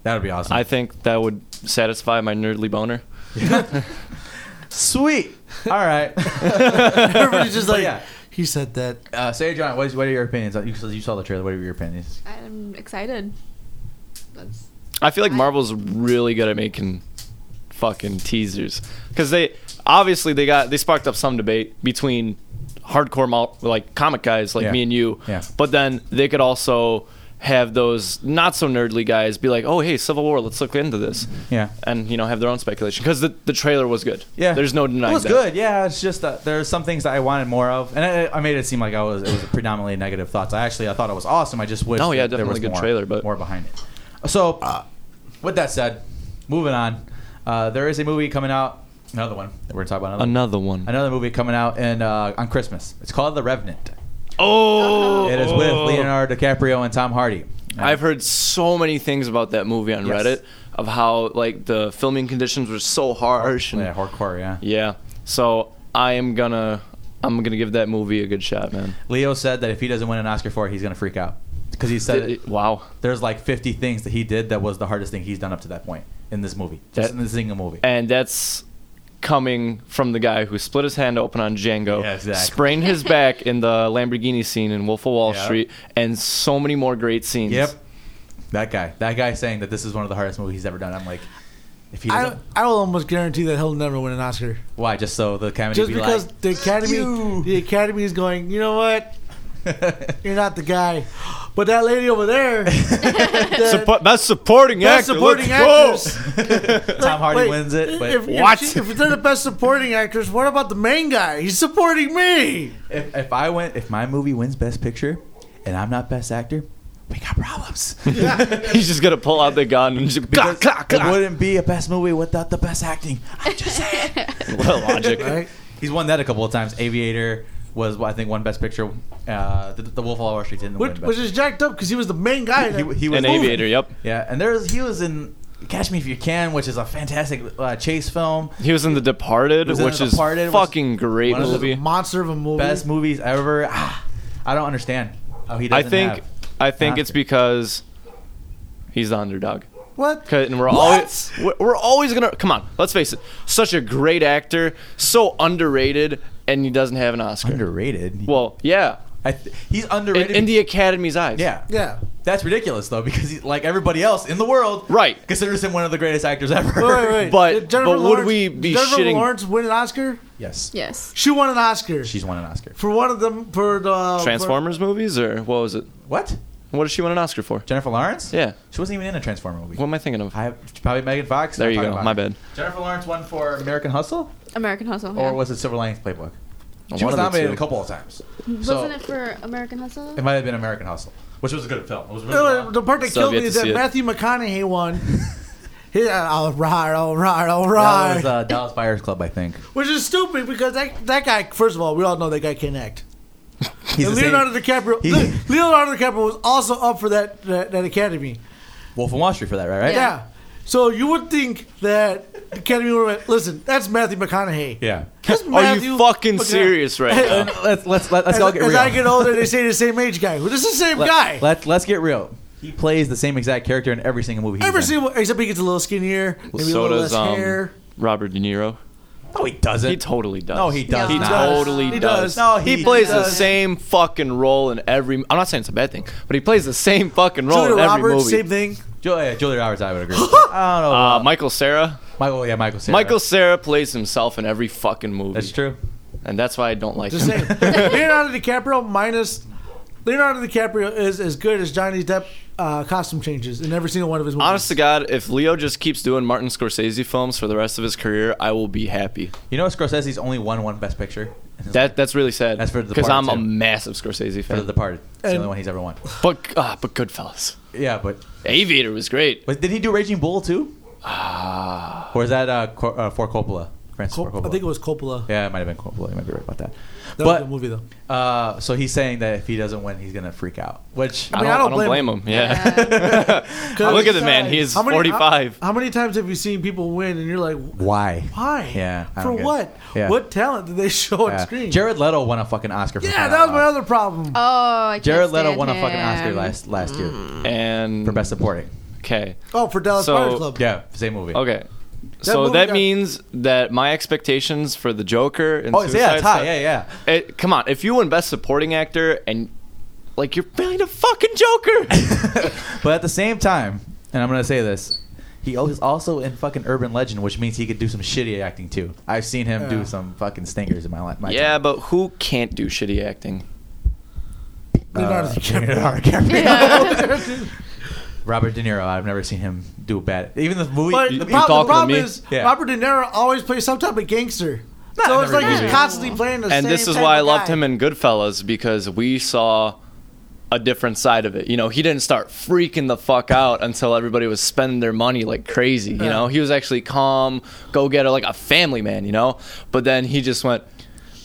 that would be awesome. I think that would satisfy my nerdly boner. Sweet. All right. Everybody's just But like, yeah. he said that. Uh, say, John, what, is, what are your opinions? You, saw- you saw the trailer. What are your opinions? I'm excited. That's I feel like I- Marvel's really good at making fucking teasers because they obviously they got they sparked up some debate between hardcore mul- like comic guys like Yeah. me and you, Yeah. but then they could also have those not so nerdly guys be like, oh hey, Civil War, let's look into this, Yeah. and you know have their own speculation because the the trailer was good. Yeah. there's no denying It was that. good. Yeah, it's just that there's some things that I wanted more of, and I, I made it seem like I was it was predominantly negative thoughts. I actually I thought it was awesome. I just wish. Oh, yeah, that there definitely was good more, trailer, but- more behind it. So, with that said, moving on. Uh, there is a movie coming out. Another one. that We're gonna talk about another. Another one. Another movie coming out in uh, on Christmas. It's called The Revenant. Oh, It is with Leonardo DiCaprio and Tom Hardy. I've heard so many things about that movie on Yes. Reddit of how like the filming conditions were so harsh and Oh, yeah, hardcore. Yeah. yeah. So I am gonna I'm gonna give that movie a good shot, man. Leo said that if he doesn't win an Oscar for it, he's gonna freak out because he said Th- wow. there's like 50 things that he did that was the hardest thing he's done up to that point in this movie, just That- in this single movie. And that's coming from the guy who split his hand open on Django, Yeah, exactly. sprained his back in the Lamborghini scene in Wolf of Wall Yeah. Street, and so many more great scenes. Yep, that guy. That guy saying that this is one of the hardest movies he's ever done. I'm like, if he I, doesn't, I will almost guarantee that he'll never win an Oscar. why? Just so the comedy Just be because like, the Academy "You." the Academy is going, you know what? You're not the guy. But that lady over there, that, Suppo- best supporting best actor. supporting let's go. actress. Tom Hardy Wait, wins it, but if, if, What? If, she, if they're the best supporting actress, what about the main guy? He's supporting me. if, I went, if my movie wins Best Picture, and I'm not Best Actor, we got problems. He's just gonna pull out the gun and just Because clack, clack, It clack. wouldn't be a best movie without the best acting. I'm just saying. Well, logic. Right? He's won that a couple of times. Aviator was, I think, one Best Picture. Uh, the, the Wolf of Wall Street didn't Which, win. which Best. is jacked up because he was the main guy. he, he was An aviator. Yep. Yeah, and there's he was in Catch Me If You Can, which is a fantastic uh, chase film. He was in The Departed, He was in which The is Departed, which- fucking great one of the was movie. a monster of a movie. Best movies ever. Ah, I don't understand how he I doesn't. think have- I think Oscar. it's because he's the underdog. What? 'Cause- And we're always we're, we're always gonna come on. Let's face it. Such a great actor, so underrated, and he doesn't have an Oscar. underrated. well, yeah, I th- he's in, underrated. in the Academy's eyes. yeah, Yeah. that's ridiculous though because he's like everybody else in the world, Right. Considers him one of the greatest actors ever. Wait, wait, wait. But- Did but would Lawrence- we did be Jennifer shitting- Lawrence win an Oscar? Yes. yes. She won an Oscar She's won an Oscar. for one of them for the Transformers movies or what was it? What? What does she win an Oscar for? Jennifer Lawrence? Yeah. She wasn't even in a Transformer movie. What am I thinking of? I probably Megan Fox. There I'm you talking go. about My her. bad. Jennifer Lawrence won for American Hustle, American Hustle. or yeah. was it Silver Linings Playbook? One She was of the nominated two. a couple of times. Wasn't it for American Hustle? It might have been American Hustle, which was a good film. It was really Uh, The, well. the part that Still killed me get is to that see it. Matthew McConaughey won. He, uh, all right, all right, all That right. was uh, Dallas Buyers Club, I think. Which is stupid because that that guy. First of all, we all know that guy can't act. He's And the Leonardo same DiCaprio. he- Le- Leonardo DiCaprio was also up for that that, that Academy. Wolf of Wall Street for that, right? right? Yeah. So you would think that the Academy would have went, listen. That's Matthew McConaughey. Yeah. That's Are you Matthew fucking McConaughey. serious right Hey, now? uh, Let's let's let, let's As, all get as real. I get older, they say the same age guy. Well, this is the same let, guy. Let, let's get real. He plays the same exact character in every single movie. he's Every in. single, except he gets a little skinnier, maybe a so little does less um, hair. Robert De Niro. No, he doesn't. He totally does. No, he does He not. totally He does. does. No, he, he plays the does. same fucking role in every. I'm not saying it's a bad thing, but he plays the same fucking role Julia in every Roberts, movie. same thing. Ju- yeah, Julia Roberts, I would agree. I don't know. Uh, about- Michael Sarah. Michael, yeah, Michael. Cera. Michael Sarah plays himself in every fucking movie. That's true. and that's why I don't like Just him. saying. Leonardo DiCaprio minus Leonardo DiCaprio is as good as Johnny Depp uh, costume changes in every single one of his movies. Honest to God, if Leo just keeps doing Martin Scorsese films for the rest of his career, I will be happy. You know, Scorsese's only won one Best Picture. That that's really sad. That's for The because I'm Departed, a too. massive Scorsese for The fan. Departed. It's the And- only one he's ever won. but ah, but Goodfellas, Yeah, but Aviator was great. but did he do Raging Bull too? Ah. Or is that uh, Cor- uh for Coppola? Francis Cop- Ford Coppola. I think it was Coppola. yeah, it might have been Coppola. You might be right about that. That was a good but movie though. uh, so he's saying that if he doesn't win, he's gonna freak out. Which mean, I don't blame blame him. Yeah. How Look many at the man. times- He is how many- 45. How, how many times have you seen people win and you're like, why? why? Yeah, I For don't get it. what? Yeah. What talent did they show on Yeah. screen? Jared Leto won a fucking Oscar. For yeah, crying that out was my loud. other problem. Oh, I can't Jared Leto stand won a fucking Oscar him. last last year and for Best Supporting. Okay. oh, for Dallas So- Buyers Club. Yeah, same movie. Okay. so movie that got- means that my expectations for the Joker and Oh, it's- yeah, Suicide it's high. Squad- Yeah, yeah. It, come on, if you win Best Supporting Actor and like you're playing the fucking Joker, But at the same time, and I'm gonna say this, he is also in fucking Urban Legend, which means he could do some shitty acting too. I've seen him Yeah. do some fucking stingers in my life. My yeah, but who can't do shitty acting? Leonardo Uh, DiCaprio. Leonardo DiCaprio. Yeah. Robert De Niro. I've never seen him do bad. Even the movie. But you- the you problem, talking the to problem me? is Yeah. Robert De Niro always plays some type of gangster. so Not it's every like he's movie. constantly playing the and same this is type why I of loved guy. him in Goodfellas because we saw a different side of it. You know, he didn't start freaking the fuck out until everybody was spending their money like crazy. You know, he was actually calm, go getter, like a family man. You know, but then he just went,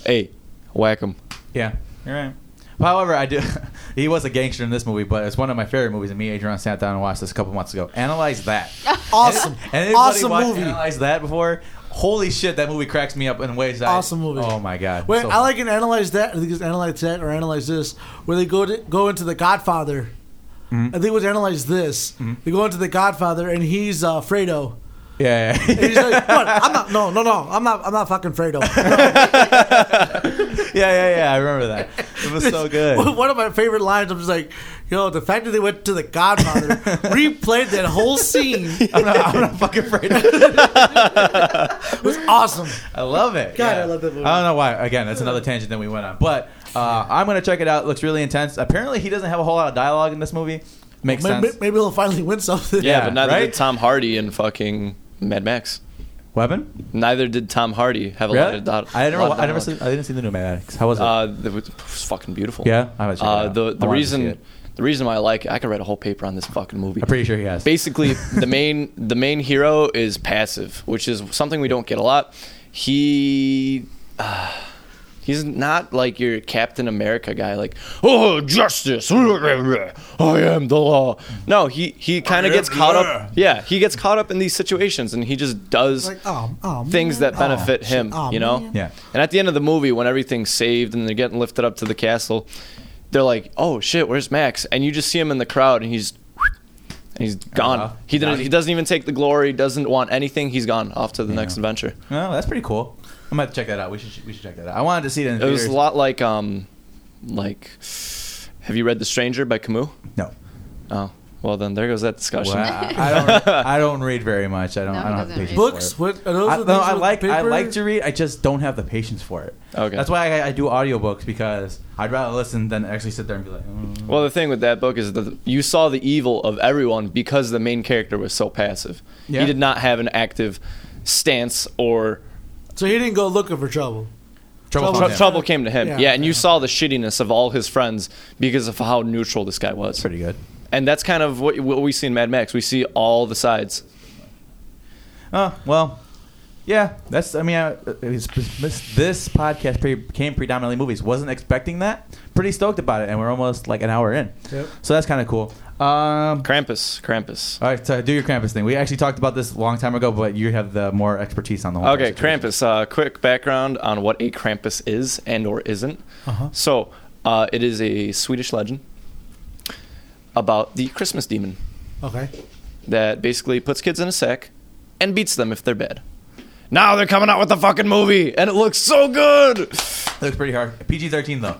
"Hey, whack him." Yeah, you're right. However, I do. he was a gangster in this movie, but it's one of my favorite movies. And me, and Adrian, sat down and watched this a couple months ago. Analyze that. Awesome, And anybody awesome watched movie. Analyze that before. Holy shit, that movie cracks me up in ways. that I- Awesome movie. Oh my god. Wait, So I like an analyze that. I think it's analyze that or analyze this, where they go to, go into the Godfather. Mm-hmm. I think it was analyze this. They go into the Godfather, and he's uh, Fredo. Yeah. And Yeah. he's like, "What? I'm not. No, no, no. I'm not. I'm not fucking Fredo." yeah. Yeah. Yeah. I remember that. It was so good. One of my favorite lines. I'm just like, yo, the fact that they went to the Godfather, replayed that whole scene I'm not, I'm not fucking afraid. Of was awesome. I love it. God, Yeah. I love that movie. I don't know why. Again, that's another tangent that we went on. But uh, I'm gonna check it out. It looks really intense. Apparently, he doesn't have a whole lot of dialogue in this movie. Makes Maybe, sense. maybe he'll finally win something. Yeah, Yeah, but neither right? did Tom Hardy in fucking Mad Max. Weapon. Neither did Tom Hardy have a lot Really? of dot. I lot never, of I never, dialogue. seen, I didn't see the new Mad Max. How was it? Uh, it was, it was fucking beautiful. Yeah? I'm gonna check it Uh, out. the the I wanted to see reason it. the reason why I like it, I could write a whole paper on this fucking movie. I'm pretty sure he has. Basically, the main the main hero is passive, which is something we don't get a lot. He. Uh, He's not like your Captain America guy, like oh justice, I am the law. No, he, he kind of gets caught up. Yeah, he gets caught up in these situations, and he just does Like, oh, oh, things man. that benefit Oh, shit. him. Oh, you know, man. Yeah. and at the end of the movie, when everything's saved and they're getting lifted up to the castle, they're like, "Oh shit, where's Max?" And you just see him in the crowd, and he's and he's gone. Uh-huh. he didn't. Nice. He doesn't even take the glory. Doesn't want anything. He's gone off to the next adventure. No, that's pretty cool. I'm gonna have to check that out. We should, we should check that out. I wanted to see it in It was theaters. a lot like um, like, have you read The Stranger by Camus? No, Oh, well then there goes that discussion. well, I, I don't. I don't read very much. I don't. No, I he don't have the doesn't patience read. Books? For it. What are those? I, the no, things I with like. I paper? like to read. I just don't have the patience for it. Okay. That's why I, I do audiobooks because I'd rather listen than actually sit there and be like. mm. Well, the thing with that book is that you saw the evil of everyone because the main character was so passive. Yeah. He did not have an active stance or So he didn't go looking for trouble. trouble. Trouble- found Tr- him. trouble came to him. Yeah. Yeah, and you saw the shittiness of all his friends because of how neutral this guy was. Pretty good. And that's kind of what, what we see in Mad Max. We see all the sides. Oh well, yeah. That's. I mean, I, it's, this, this podcast pre- became predominantly movies. Wasn't expecting that. Pretty stoked about it, and we're almost like an hour in. Yep. So that's kind of cool. Um, Krampus, Krampus. all right, so do your Krampus thing. We actually talked about this a long time ago, but you have the more expertise on the whole. Okay, situation. Krampus. Uh, quick background on what a Krampus is and or isn't. Uh-huh. So, uh, it is a Swedish legend about the Christmas demon. Okay. Uh-huh. that basically puts kids in a sack and beats them if they're bad. now they're coming out with the fucking movie, and it looks so good. That looks pretty hard. PG thirteen though.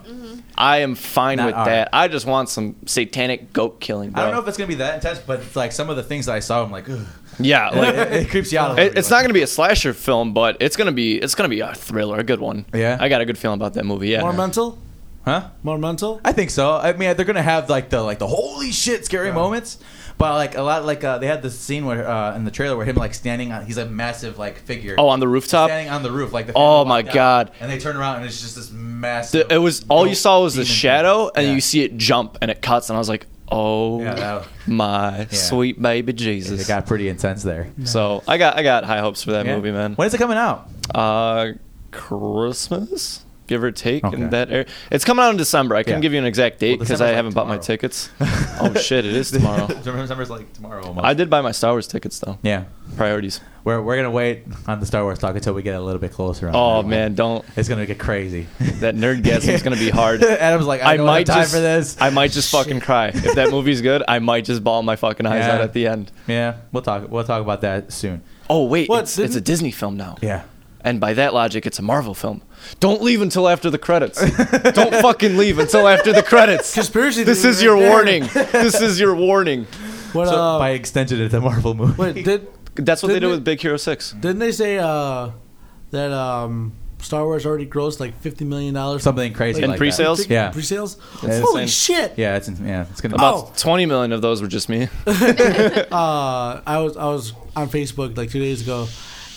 I am fine Not with R. that. I just want some satanic goat killing. Bro. I don't know if it's gonna be that intense, but it's like some of the things that I saw, I'm like, Ugh. yeah, like like it, it creeps you out. a little it, it's bit. not gonna be a slasher film, but it's gonna be it's gonna be a thriller, a good one. Yeah? I got a good feeling about that movie. Yeah, More mental? huh? More mental? I think so. I mean, they're gonna have like the like the holy shit scary moments, but like a lot like uh, they had this scene where uh, in the trailer where him like standing on he's a massive like figure. oh, on the rooftop. standing on the roof like the Oh family my walked out, God. And they turn around and it's just this massive. The- it was all you saw was the demon thing. shadow, and Yeah. you see it jump, and it cuts, and I was like, oh Yeah, that- my sweet baby Jesus. It got pretty intense there. So I got I got high hopes for that Yeah. movie, man. When is it coming out? Uh, Christmas, give or take, Okay. in that area. It's coming out in December. I couldn't Yeah. give you an exact date Well, because December's I like haven't bought my tomorrow. tickets. oh shit, it is tomorrow. December's like tomorrow almost. I did buy my Star Wars tickets though. Yeah, Priorities. we're we're gonna wait on the Star Wars talk until we get a little bit closer. on Oh that. man, don't. It's gonna get crazy. That nerdgasm is gonna be hard. Adam's like, I, I don't might might have time just, for this. I might just fucking cry if that movie's good. I might just ball my fucking eyes Yeah. out at the end. Yeah, we'll talk. We'll talk about that soon. Oh wait, What, it's, it's a didn't- Disney film now. Yeah. And by that logic, it's a Marvel film. Don't leave until after the credits. Don't fucking leave until after the credits. Conspiracy This theory is right your there. warning. This is your warning. What, So uh, by extension, it's a Marvel movie. wait, did, That's what they did Didn't it- with Big Hero Six. didn't they say uh, that um, Star Wars already grossed like $50 million? Something crazy In like that. pre-sales? Ticket Yeah. Pre-sales? That's Holy insane. shit! Yeah, it's in, yeah, it's gonna. About Oh. twenty million of those were just me. Uh, I was I was on Facebook like two days ago,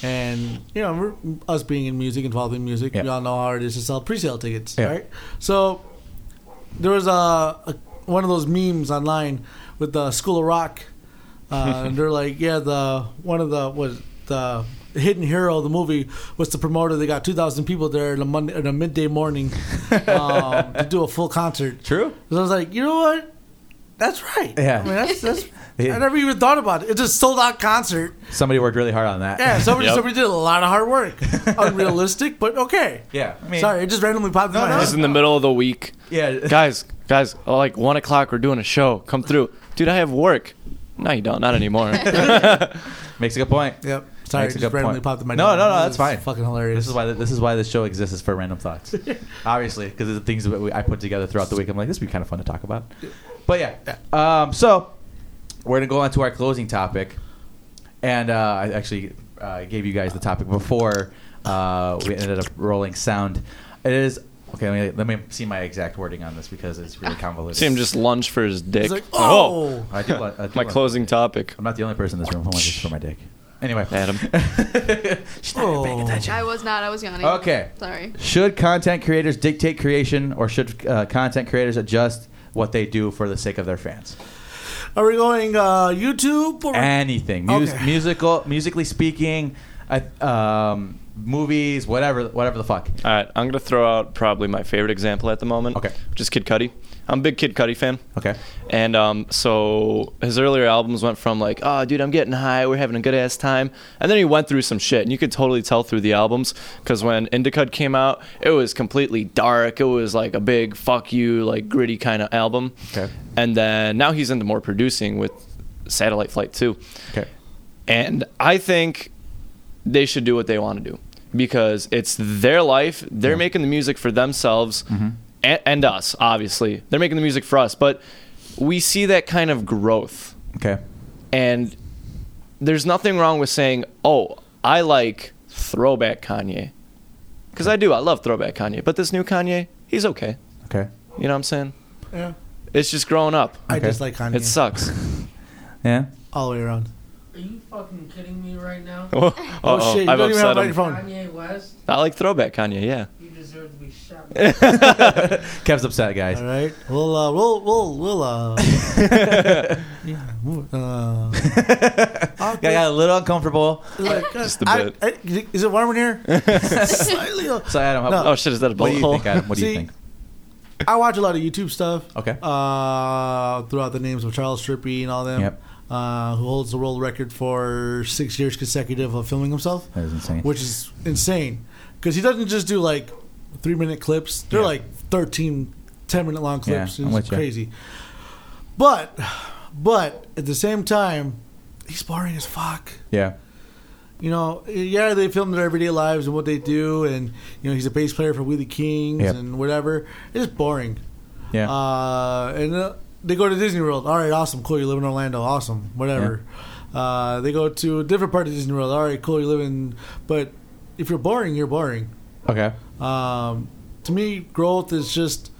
and you know we're- us being in music, involved in music, Yeah. we all know how it is to sell pre-sale tickets, Yeah. right? So there was a, a one of those memes online with the School of Rock, uh, and they're like, yeah, the one of the was the hidden hero of the movie was the promoter. They got two thousand people there in a Monday, in a midday morning um, to do a full concert. True. So I was like, you know what? That's right. Yeah. I mean, that's, that's Yeah. I never even thought about it. It's a sold out concert. Somebody worked really hard on that. Yeah, somebody, Yep. somebody did a lot of hard work. Unrealistic, but okay. Yeah, I mean- Sorry, it just randomly popped in No, my no. head. Just in the middle of the week. yeah. Guys, guys, like one o'clock we're doing a show. Come through. Dude, I have work. No, you don't, not anymore. Makes a good point. Yep. Sorry, it Makes a just good randomly point. popped in my No, head. no, no, This that's is fine. Fucking hilarious. This is why this is why this show exists is for random thoughts. Obviously, because the things that we, I put together throughout the week, I'm like, this would be kind of fun to talk about. But yeah, um, so we're gonna go on to our closing topic, and uh, I actually uh, gave you guys the topic before uh, we ended up rolling sound. It is okay. Let me, let me see my exact wording on this because it's really convoluted. See him just lunge for his dick. It's like, oh. I do, want- I do my want- closing topic. I'm not the only person in this room who wants this for my dick. Anyway, Adam. She's not even paying Oh. attention. I was not. I was yawning. Okay. Sorry. Should content creators dictate creation, or should uh, content creators adjust what they do for the sake of their fans? Are we going uh, YouTube? Or Anything, Mus- Okay. musical, musically speaking, uh, um, movies, whatever, whatever the fuck. All right, I'm gonna throw out probably my favorite example at the moment. Okay. which is Kid Cudi. I'm a big Kid Cudi fan. Okay. And um, so his earlier albums went from like, oh, dude, I'm getting high, we're having a good ass time, and then he went through some shit, and you could totally tell through the albums because when Indicud came out, it was completely dark. It was like a big fuck you, like gritty kind of album. Okay. And then now he's into more producing with Satellite Flight 2. Okay. And I think they should do what they want to do because it's their life. They're making the music for themselves Mm-hmm. and, and us, obviously. They're making the music for us, but we see that kind of growth. Okay. And there's nothing wrong with saying, oh, I like throwback Kanye. Because I do. I love throwback Kanye. But this new Kanye, he's okay. Okay. You know what I'm saying? Yeah. It's just growing up. I Okay. just like Kanye. It sucks. Yeah. All the way around. Are you fucking kidding me right now? oh, Oh, shit, you I've don't even upset have a him. microphone. Kanye West, I like throwback Kanye, yeah. you deserve to be shot. Oh, Kev's upset, guys. All right. We'll, uh, we'll, we'll, we'll, uh. yeah. we'll, Uh, I'll I got a little uncomfortable. Like, Just a I- bit. I- is it warm in here? Slightly. uh, So Adam, how, No. Oh shit, is that a what bullet do you hole? think? Adam? What do you See- think? I watch a lot of YouTube stuff. Okay. Uh, throughout the names of Charles Strippy and all them. Yep. Uh, who holds the world record for six years consecutive of filming himself, That is insane. which is insane. Because he doesn't just do like three minute clips, they're Yeah. like 13, 10 minute long Yeah, clips. I'm and it's with ya. crazy. But, but at the same time, he's boring as fuck. yeah. you know, yeah, they film their everyday lives and what they do, and you know, he's a bass player for We the Kings Yep. and whatever. It's boring. Yeah. Uh, and uh, they go to Disney World. All right, awesome, cool. You live in Orlando, awesome, whatever. Uh, they go to a different part of Disney World. All right, cool. You live in, but if you're boring, you're boring. okay. Um, to me, growth is just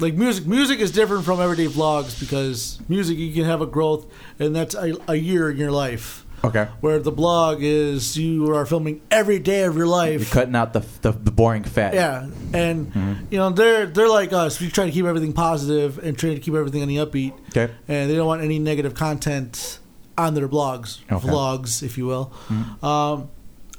like music. Music is different from everyday vlogs because music you can have a growth, and that's a, a year in your life. Okay. Where the blog is you are filming every day of your You're life. cutting out the, the, the boring fat. Yeah, and Mm-hmm. you know they're they're like us. We try to keep everything positive and try to keep everything on the upbeat, Okay. and they don't want any negative content on their blogs, Okay. Mm-hmm. vlogs, if you will. Um,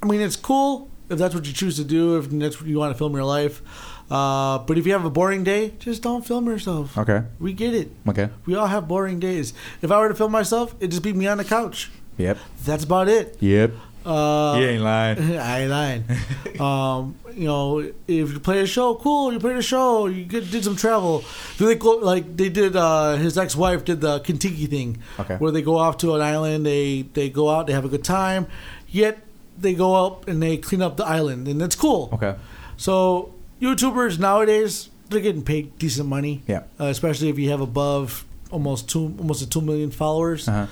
I mean, it's cool if that's what you choose to do. If that's what you want to film your life, uh, but if you have a boring day, just don't film yourself. Okay. We get it. Okay. We all have boring days. If I were to film myself, it'd just be me on the couch. Yep. That's about it. Yep. Uh, you ain't lying. I ain't lying. um, you know, if you play a show, cool. You played a show. You get, did some travel. Do they go like they did? Uh, his ex-wife did the Kentucky thing, Okay. where they go off to an island. They they go out. They have a good time. Yet they go up and they clean up the island, and that's cool. Okay. So YouTubers nowadays they're getting paid decent money. Yeah. Uh, especially if you have above almost two almost a two million followers. Uh-huh.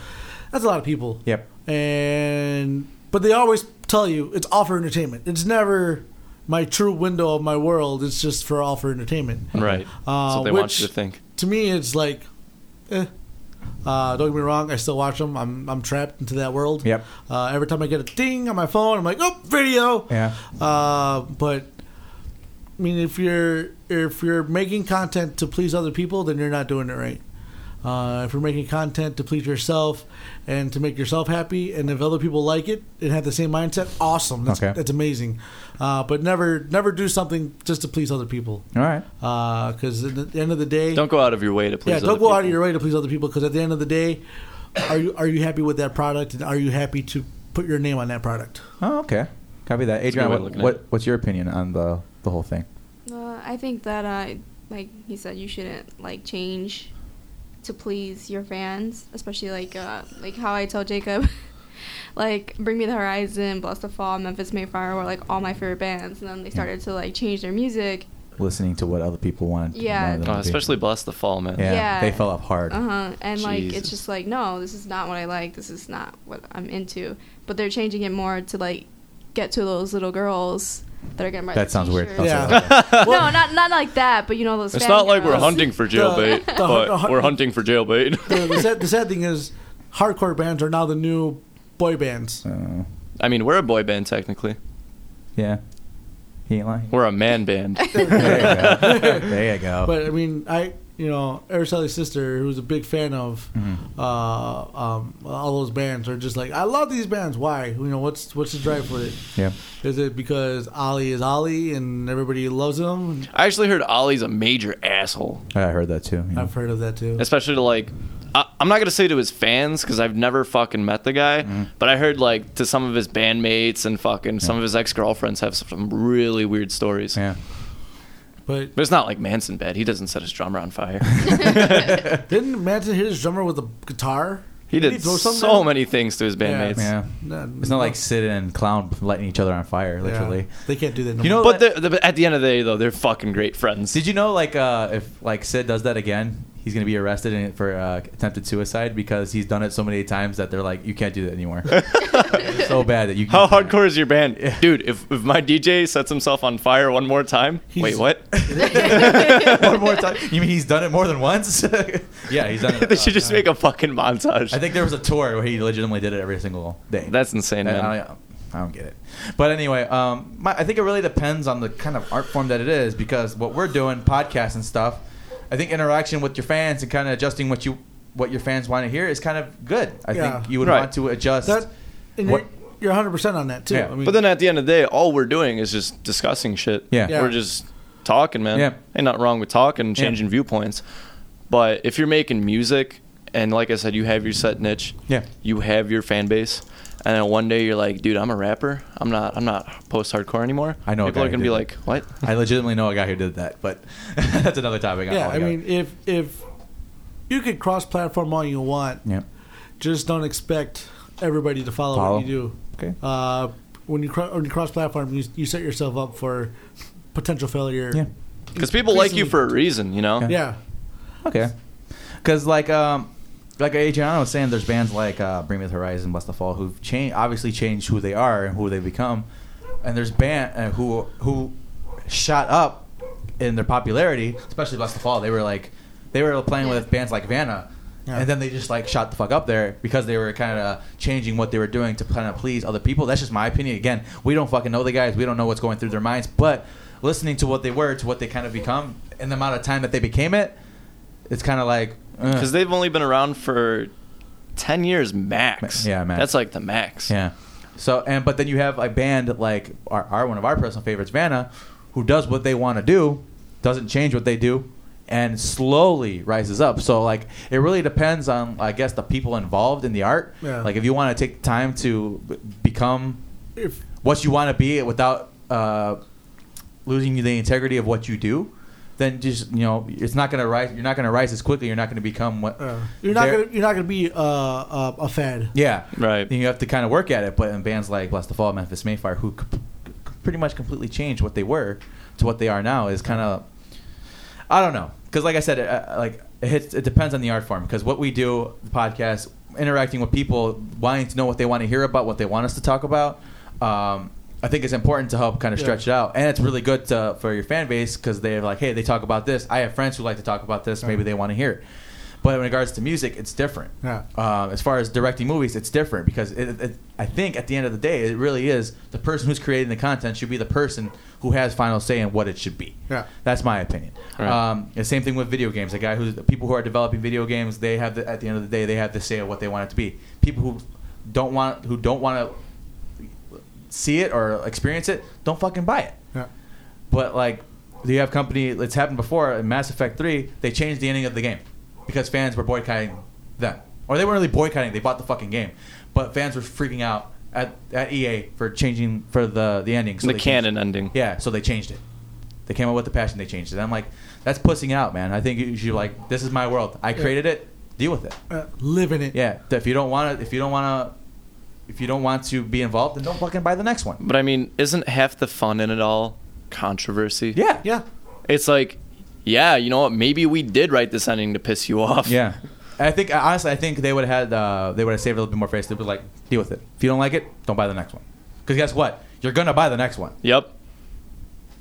That's a lot of people Yep. and but they always tell you it's all for entertainment. It's never my true window of my world. It's just for all for entertainment. Right. That's Uh, what they which want you to think. to me, it's like, eh. Uh, don't get me wrong. I still watch them. I'm I'm trapped into that world. Yep. Uh, every time I get a ding on my phone, I'm like, oh, video. Yeah. Uh, but I mean, if you're if you're making content to please other people, then you're not doing it right. Uh, if you're making content to please yourself and to make yourself happy, and if other people like it and have the same mindset, awesome. That's Okay. that's amazing. Uh, but never never do something just to please other people, All right. because at the end of the day, Don't go out of your way to please. yeah, other don't go out of people. your way to please other people. Because at the end of the day, are you are you happy with that product, and are you happy to put your name on that product? Oh, okay. Copy that. a good Adrian, way of what, looking at what it. what's your opinion on the the whole thing? Uh, I think that uh, like he said, you shouldn't like change to please your fans, especially like uh, like how I tell Jacob, like Bring Me the Horizon, Bless the Fall, Memphis Mayfire were like all my favorite bands, and then they started to like change their music. Listening to what other people wanted. Yeah. wanted them Uh, to be. especially bless the fall, man. Yeah, Yeah. They fell off hard. Uh huh. And like it's Jesus. just like no, this is not what I like. This is not what I'm into. But they're changing it more to like get to those little girls that are getting That sounds weird. Don't say Yeah. that. no, not not like that. But you know those. It's fan not like we're girls. hunting for jailbait, The- the- but the- we're hunting for jailbait. the, the, sad, the sad thing is, hardcore bands are now the new boy bands. Uh, I mean, we're a boy band technically. yeah. He ain't lying. We're a man band. there you go. There you Oh. go. But I mean, I you know, Araceli's sister, who's a big fan of Mm-hmm. uh, um, all those bands, are just like, I love these bands. Why? You know, what's what's the drive for it? yeah. Is it because Ollie is Ollie and everybody loves him? I actually heard Ollie's a major asshole, I heard that too. yeah. I've heard of that too. especially to like. I, I'm not gonna say to his fans because I've never fucking met the guy, Mm-hmm. but I heard like to some of his bandmates and fucking some of his ex girlfriends have some really weird stories. Yeah. But But it's not like Manson bad. He doesn't set his drummer on fire. didn't Manson hit his drummer with a guitar? He did throw something so at- many things to his bandmates. Yeah. No, It's not like Sid and Clown lighting each other on fire, yeah, literally. they can't do that. No You know more. But they're- they're- at the end of the day, though, they're fucking great friends. Did you know, like, uh, if like Sid does that again, he's gonna be arrested in, for uh, attempted suicide because he's done it so many times that they're like, you can't do that anymore. It's so bad that you. How can't. hardcore is your band, dude? If, if my DJ sets himself on fire one more time, wait, what? One more time. You mean he's done it more than once? yeah, he's done it. they should uh, just make a fucking montage. I think there was a tour where he legitimately did it every single day. that's insane, I, man. I, don't, I don't get it. But anyway, um, my, I think it really depends on the kind of art form that it is because what we're doing, podcasts and stuff, I think interaction with your fans and kind of adjusting what you what your fans want to hear is kind of good. I Yeah. think you would Right. want to adjust. that, and you're, What- you're 100% on that too. Yeah. I mean, but then at the end of the day, all we're doing is just discussing shit. Yeah. Yeah. we're just talking, man. Yeah. ain't nothing wrong with talking, and Yeah. changing viewpoints. But if you're making music, and like I said, you have your set niche. Yeah. you have your fan base. And then one day you're like, dude, I'm a rapper. I'm not. I'm not post hardcore anymore. I know a people guy are who gonna be did like, what? I legitimately know a guy who did that, but that's another topic. yeah, I altogether. mean, if if you could cross platform all you want, yeah, just don't expect everybody to follow, Follow. what you do. Okay. Uh, when you cro- when you cross platform, you, you set yourself up for potential failure. Yeah. Because people like you for a reason, you know? Yeah. Yeah. Okay. Because like um, like Adriana was saying, there's bands like uh, Bring Me the Horizon, Bust the Fall, who've changed, obviously changed who they are and who they become, and there's band uh, who who shot up in their popularity, especially Bust the Fall. They were like they were playing with bands like Vanna. Yeah. And then they just like shot the fuck up there because they were kind of changing what they were doing to kind of please other people. That's just my opinion. Again, we don't fucking know the guys. We don't know what's going through their minds. But listening to what they were, to what they kind of become, and the amount of time that they became it, it's kind of like uh, Because they've only been around for 10 years max. Ma- yeah, max. That's like the max. yeah. So and but then you have a band like our, our one of our personal favorites, Vanna, who does what they want to do, doesn't change what they do, and slowly rises up. So like it really depends on I guess the people involved in the art. Yeah. Like if you want to take time to b- become If what you want to be without uh, losing the integrity of what you do, then just you know it's not gonna rise. You're not gonna rise as quickly. You're not gonna become what uh, you're not they're- gonna you're not gonna be uh, a, a fad. Yeah, Right. And you have to kind of work at it. But in bands like Bless the Fall, Memphis Mayfire, who c- c- pretty much completely changed what they were to what they are now, is kind of I don't know. Because like I said, it, uh, like it, hits, it depends on the art form. Because what we do, the podcast, interacting with people, wanting to know what they want to hear about, what they want us to talk about. Um, I think it's important to help kind of Yeah. stretch it out, and it's really good to, for your fan base because they're like, hey, they talk about this. I have friends who like to talk about this. Maybe they want to hear it. But in regards to music, it's different. Yeah. Um, as far as directing movies, it's different because it, it, I think at the end of the day, it really is the person who's creating the content should be the person who has final say in what it should be. Yeah. That's my opinion. Right. Um, the same thing with video games. The guy who's the people who are developing video games, they have the, at the end of the day, they have the say of what they want it to be. People who don't want who don't want to see it or experience it, don't fucking buy it. Yeah. But like, you have company. It's happened before in Mass Effect Three. They changed the ending of the game because fans were boycotting them, or they weren't really boycotting. They bought the fucking game, but fans were freaking out at, at EA for changing for the the ending. the they canon changed- ending. Yeah, so they changed it. They came up with the passion. They changed it. I'm like, that's pussing out, man. I think you should like, this is my world. I created it. Deal with it. Uh, live in it. Yeah. If you don't want to, if you don't want to, if you don't want to be involved, then don't fucking buy the next one. But I mean, isn't half the fun in it all controversy? Yeah. Yeah. It's like, yeah, you know what? Maybe we did write this ending to piss you off. Yeah. I think honestly, I think they would have had uh, they would have saved a little bit more face. They would like deal with it. If you don't like it, don't buy the next one. Because guess what? You're gonna buy the next one. Yep.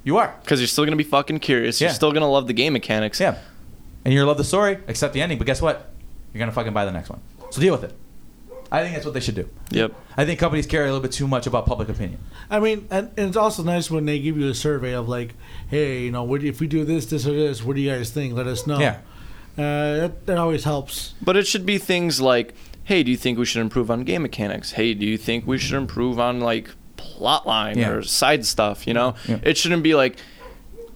You are. Because you're still going to be fucking curious. Yeah. You're still going to love the game mechanics. Yeah. And you're gonna love the story, except the ending. But guess what? You're gonna fucking buy the next one. So deal with it. I think that's what they should do. Yep. I think companies care a little bit too much about public opinion. I mean, and, and it's also nice when they give you a survey of like, hey, you know, what, do- if we do this, this, or this, what do you guys think? Let us know. Yeah. Uh, that, that always helps. But it should be things like, hey, do you think we should improve on game mechanics? Hey, do you think we should improve on like plot line Yeah. or side stuff, you know? Yeah. It shouldn't be like,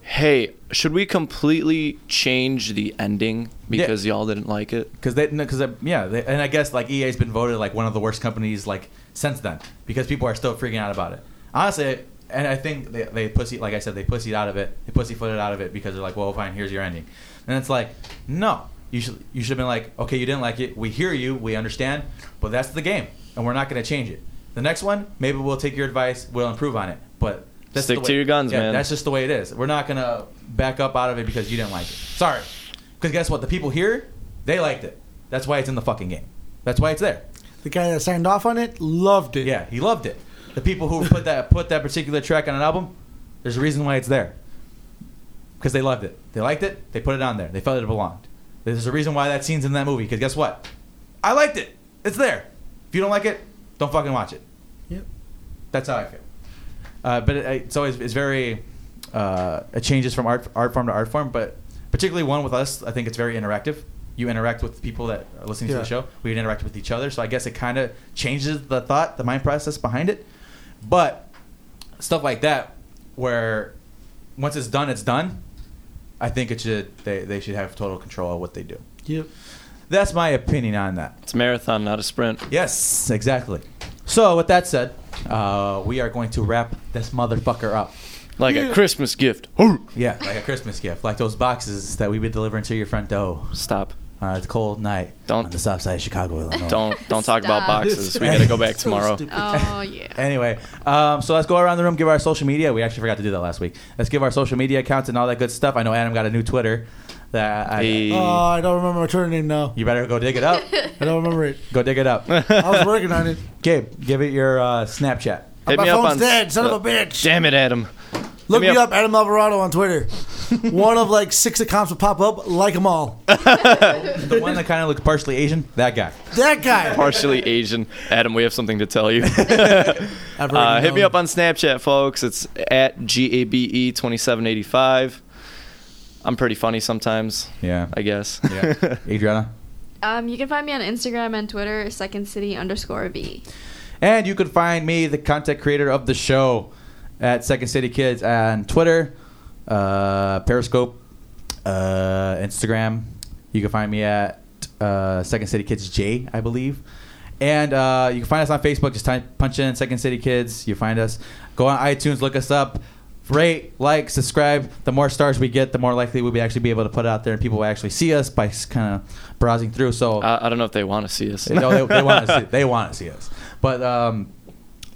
hey, should we completely change the ending because y'all didn't like it? because they because yeah they, and i guess like ea's been voted like one of the worst companies like since then because people are still freaking out about it honestly and i think they, they pussy like i said they pussied out of it they pussyfooted out of it because they're like well fine here's your ending and it's like no you should you should have been like okay you didn't like it we hear you we understand but that's the game and we're not going to change it the next one maybe we'll take your advice we'll improve on it but that's the Stick way- to your guns, yeah, man. that's just the way it is we're not going to back up out of it because you didn't like it sorry because guess what? The people here, they liked it. That's why it's in the fucking game. That's why it's there. The guy that signed off on it loved it. Yeah, he loved it. The people who put that put that particular track on an album, there's a reason why it's there. Because they loved it. They liked it. They put it on there. They felt it belonged. There's a reason why that scene's in that movie. Because guess what? I liked it. It's there. If you don't like it, don't fucking watch it. Yep. That's how I feel. Uh, but it, it's always it's very uh, it changes from art art form to art form, but particularly one with us, I think it's very interactive. You interact with the people that are listening to Yeah. the show. We interact with each other, so I guess it kind of changes the thought, the mind process behind it. But stuff like that, where once it's done, it's done. I think it should they, they should have total control of what they do. Yep. That's my opinion on that. It's a marathon, not a sprint. Yes, exactly. So with that said, uh, we are going to wrap this motherfucker up. Like Yeah. a Christmas gift. Hoo! Yeah, like a Christmas gift, like those boxes that we would delivering to your front door. Stop. on a cold night Don't- on the south side of Chicago, Illinois. Don't don't talk about Stop. boxes. We gotta go back So tomorrow. stupid. Oh yeah. Anyway, um, so let's go around the room, give our social media. We actually forgot to do that last week. Let's give our social media accounts and all that good stuff. I know Adam got a new Twitter. That I, Hey. Oh, I don't remember my turn name now. You better go dig it up. I don't remember it. go dig it up. I was working on it. Gabe, give it your uh, Snapchat. Hit my me up phone's on- Uh, dead, son of a bitch. Damn it, Adam. Look me me up. up. Adam Alvarado on Twitter. One of like six accounts will pop up, like them all. The one that kind of looks partially Asian, that guy. That guy. Partially Asian. Adam, we have something to tell you. I've Uh, already hit me known. up on Snapchat, folks. It's at E GABE2785. I'm pretty funny sometimes, Yeah. I guess. yeah. Adriana. Um, you can find me on Instagram and Twitter, Second City underscore V. And you can find me, the content creator of the show, at Second City Kids on Twitter, uh, Periscope, uh, Instagram. You can find me at uh, Second City Kids J, I believe. And uh, you can find us on Facebook. Just type, punch in Second City Kids. You find us. Go on iTunes, look us up. Rate, like, subscribe. The more stars we get, the more likely we'll be actually be able to put it out there, and people will actually see us by kind of browsing through. So I, I don't know if they want to see us. they, no, they, they want to see. They want to see us. But um,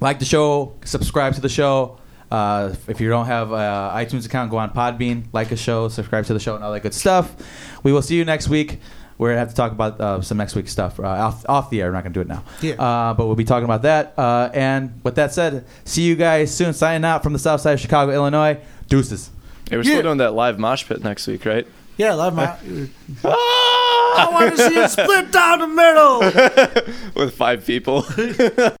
like the show, subscribe to the show. Uh, if you don't have uh iTunes account, go on Podbean, like a show, subscribe to the show, and all that good stuff. We will see you next week. We're gonna have to talk about uh, some next week's stuff uh, off, off the air. We're not gonna do it now. Yeah. Uh, but we'll be talking about that. Uh, and with that said, see you guys soon. Signing out from the South Side of Chicago, Illinois. Deuces. Hey, we're still Yeah. doing that live mosh pit next week, right? Yeah, live my. Ah! I want to see it split down the middle. With five people.